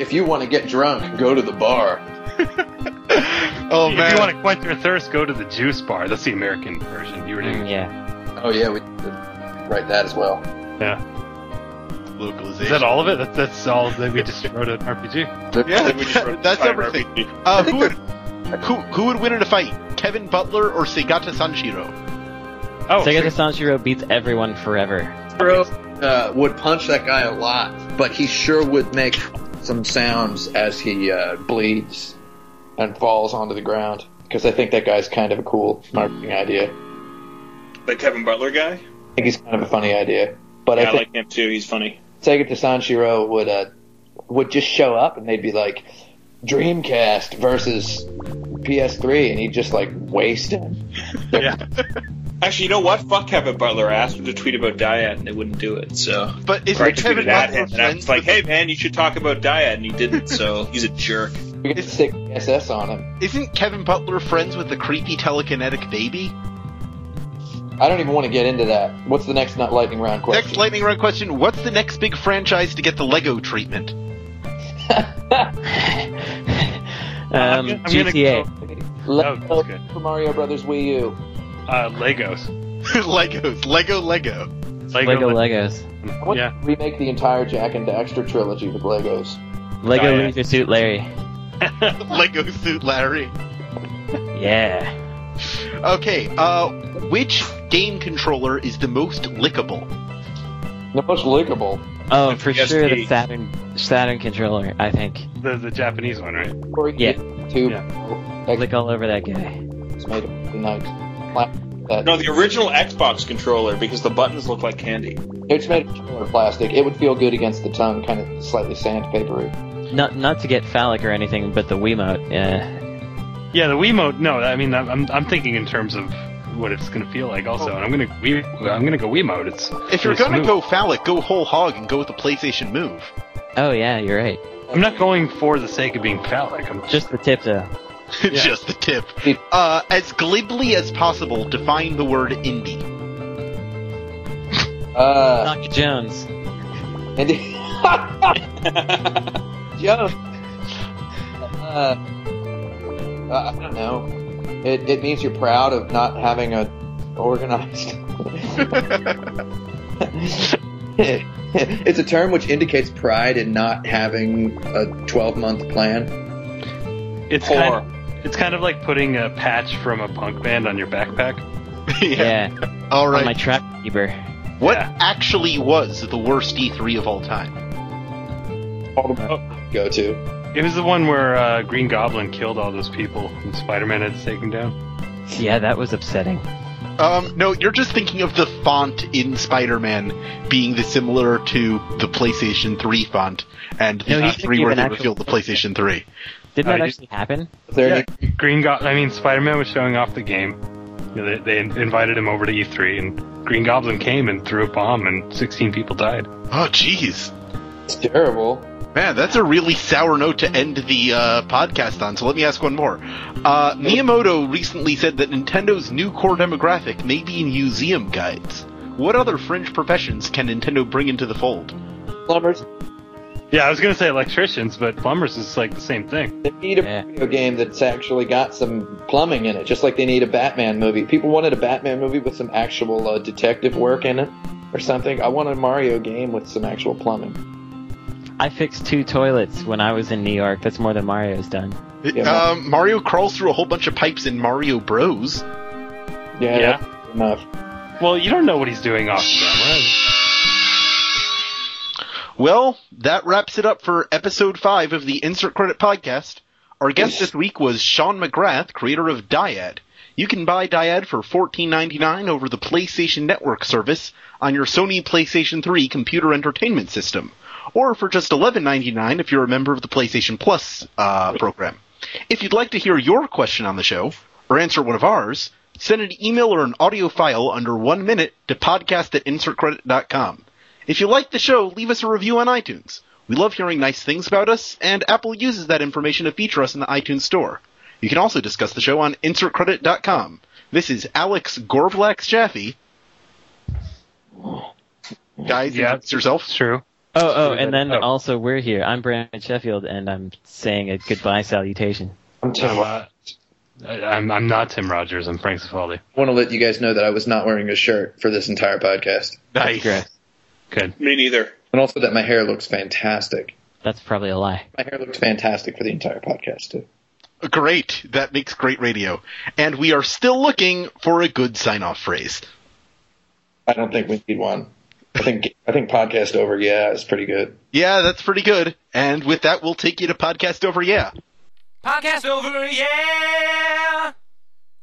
S3: If you want to get drunk, go to the bar.
S1: oh
S2: if
S1: man,
S2: you want to quench your thirst, go to the juice bar. That's the American version. You were doing.
S4: Mm, yeah.
S3: Oh yeah, we need to write that as well.
S2: Yeah.
S1: localization.
S2: Is that all of it? That's, that's all that we just wrote an RPG.
S1: Yeah,
S5: We just wrote
S1: that's
S5: fire
S1: everything.
S5: RPG.
S1: Uh, who, would, who, who would win in a fight, Kevin Butler or Segata Sanshiro?
S2: Oh,
S4: Sega
S2: so-
S4: de Sanshiro beats everyone forever.
S3: Bro uh, would punch that guy a lot, but he sure would make some sounds as he uh, bleeds and falls onto the ground. Because I think that guy's kind of a cool marketing idea. I
S5: The Kevin Butler guy.
S3: think he's kind of a funny idea. But
S5: Yeah, I
S3: I think
S5: like him too. He's funny.
S3: Sega to Sanshiro would uh, would just show up and they'd be like Dreamcast versus PS3, and he'd just like waste him.
S2: yeah.
S5: Actually, you know what? Fuck Kevin Butler. I asked him to tweet about diet, and they wouldn't do it. So
S1: But is
S5: Or I
S1: Kevin
S5: tweeted at
S1: Butler
S5: him, and I
S1: friends
S5: was like,
S1: with
S5: "Hey, man, you should talk about diet," and he didn't. So he's a jerk.
S3: We could stick SS on him.
S1: the, isn't Kevin Butler friends with the creepy telekinetic baby?
S3: I don't even want to get into that. What's the next not lightning round question?
S1: Next lightning round question: What's the next big franchise to get the Lego treatment?
S4: Um,
S2: I'm gonna- I'm gonna
S4: GTA.
S2: go-
S3: Lego
S2: Oh, that's good.
S3: Super Mario Brothers Wii U.
S2: uh, Legos.
S1: Legos, Lego, Lego.
S2: Lego.
S4: Lego Legos.
S3: I want
S2: Yeah.
S3: to remake the entire Jack and Daxter trilogy with Legos.
S4: Lego
S2: Oh, yeah.
S4: Loser Suit Larry.
S1: Lego suit Larry.
S4: Yeah.
S1: Okay, uh, which game controller is the most lickable?
S3: The most lickable.
S4: Oh, for
S5: PSP.
S4: sure the Saturn Saturn controller. I think
S2: The, the Japanese one, right?
S3: Or
S4: Yeah.
S3: Two.
S2: Yeah.
S4: lick all over that guy.
S3: Made it nice. Pla- that-
S5: No, the original Xbox controller because the buttons look like candy.
S3: It's made of similar plastic. It would feel good against the tongue, kind of slightly sandpapery.
S4: Not not to get phallic or anything, but the Wiimote. Yeah.
S2: Yeah, the Wiimote. No, I mean, I'm- I'm, I'm thinking in terms of what it's going to feel like. Also, and I'm going to Wii, I'm going to go Wiimote. It's
S1: Oh. If you're
S2: it's
S1: gonna
S2: smooth.
S1: go phallic, go whole hog and go with the PlayStation Move.
S4: Oh yeah, you're right.
S2: I'm not going for the sake of being phallic. I'm
S4: Just the tip though.
S1: Just the tip. Uh, as glibly as possible, define the word indie.
S3: Uh,
S4: Knock Jones.
S3: and Joe. Uh, I don't know. It, it means you're proud of not having a organized. it's a term which indicates pride in not having a 12 month plan.
S2: it's kind of, it's kind of like putting a patch from a punk band on your backpack.
S4: Yeah.
S1: All
S4: On
S1: right.
S4: my trap keeper.
S1: what
S2: yeah.
S1: actually was the worst E3 of all time?
S3: Go to.
S2: It was the one where uh, Green Goblin killed all those people, and Spider-Man had to take him down.
S4: Yeah, that was upsetting.
S1: Um, no, you're just thinking of the font in Spider-Man being the similar to the PlayStation 3 font, and the
S4: No, you
S1: E3
S4: think
S1: where
S4: of
S1: they
S4: an
S1: revealed the PlayStation 3.
S4: Did that
S2: I just-
S4: actually happen?
S3: Is there any
S2: Green Goblin. I mean, Spider-Man was showing off the game. You know, they, they invited him over to E3, and Green Goblin came and threw a bomb, and 16 people died.
S1: Oh, jeez.
S3: It's terrible.
S1: Man, that's a really sour note to end the uh, podcast on. So let me ask one more. Uh, Miyamoto recently said that Nintendo's new core demographic may be museum guides. What other fringe professions can Nintendo bring into the fold?
S3: Plumbers,
S2: Yeah, I was gonna say electricians, but plumbers is like the same thing.
S3: they need a
S4: Yeah.
S3: video game that's actually got some plumbing in it, just like they need a Batman movie. People wanted a Batman movie with some actual uh, detective work in it or something. I want a Mario game with some actual plumbing.
S4: I fixed two toilets when I was in New York. That's more than Mario's done.
S1: Um, Mario crawls through a whole bunch of pipes in Mario Bros.
S5: Yeah.
S2: Yeah.
S5: that's Enough.
S2: Well, you don't know what he's doing off camera.
S1: Well, that wraps it up for episode five of the Insert Credit Podcast. Our guest this week was Sean McGrath, creator of Dyad. You can buy Dyad for $14.99 over the PlayStation Network service on your Sony PlayStation 3 computer entertainment system, or for just $11.99 if you're a member of the PlayStation Plus uh, program. If you'd like to hear your question on the show, or answer one of ours, send an email or an audio file under one minute to podcast at insertcredit.com. If you like the show, leave us a review on iTunes. We love hearing nice things about us, and Apple uses that information to feature us in the iTunes store. You can also discuss the show on insertcredit.com. This is Alex Gorvlax Jaffe. Guys,
S2: Yeah.
S1: introduce yourself.
S2: It's true.
S4: Oh, oh, and then
S2: Oh.
S4: also we're here. I'm Brandon Sheffield, and I'm saying a goodbye salutation.
S3: I'm Tim. I
S2: Uh, I- I'm, I'm not Tim Rogers. I'm Frank Cifaldi.
S3: want to let you guys know that I was not wearing a shirt for this entire podcast,
S1: Nice.
S4: Gross.
S2: Good.
S5: Me neither.
S3: and also that my hair looks fantastic.
S4: That's probably a lie.
S3: My hair looked fantastic for the entire podcast too.
S1: Great. That makes great radio. And we are still looking for a good sign off phrase.
S3: I don't think we need one. I think I think podcast over. Yeah, it's pretty good.
S1: Yeah, that's pretty good. And with that, we'll take you to Podcast Over Yeah.
S7: Podcast over, yeah!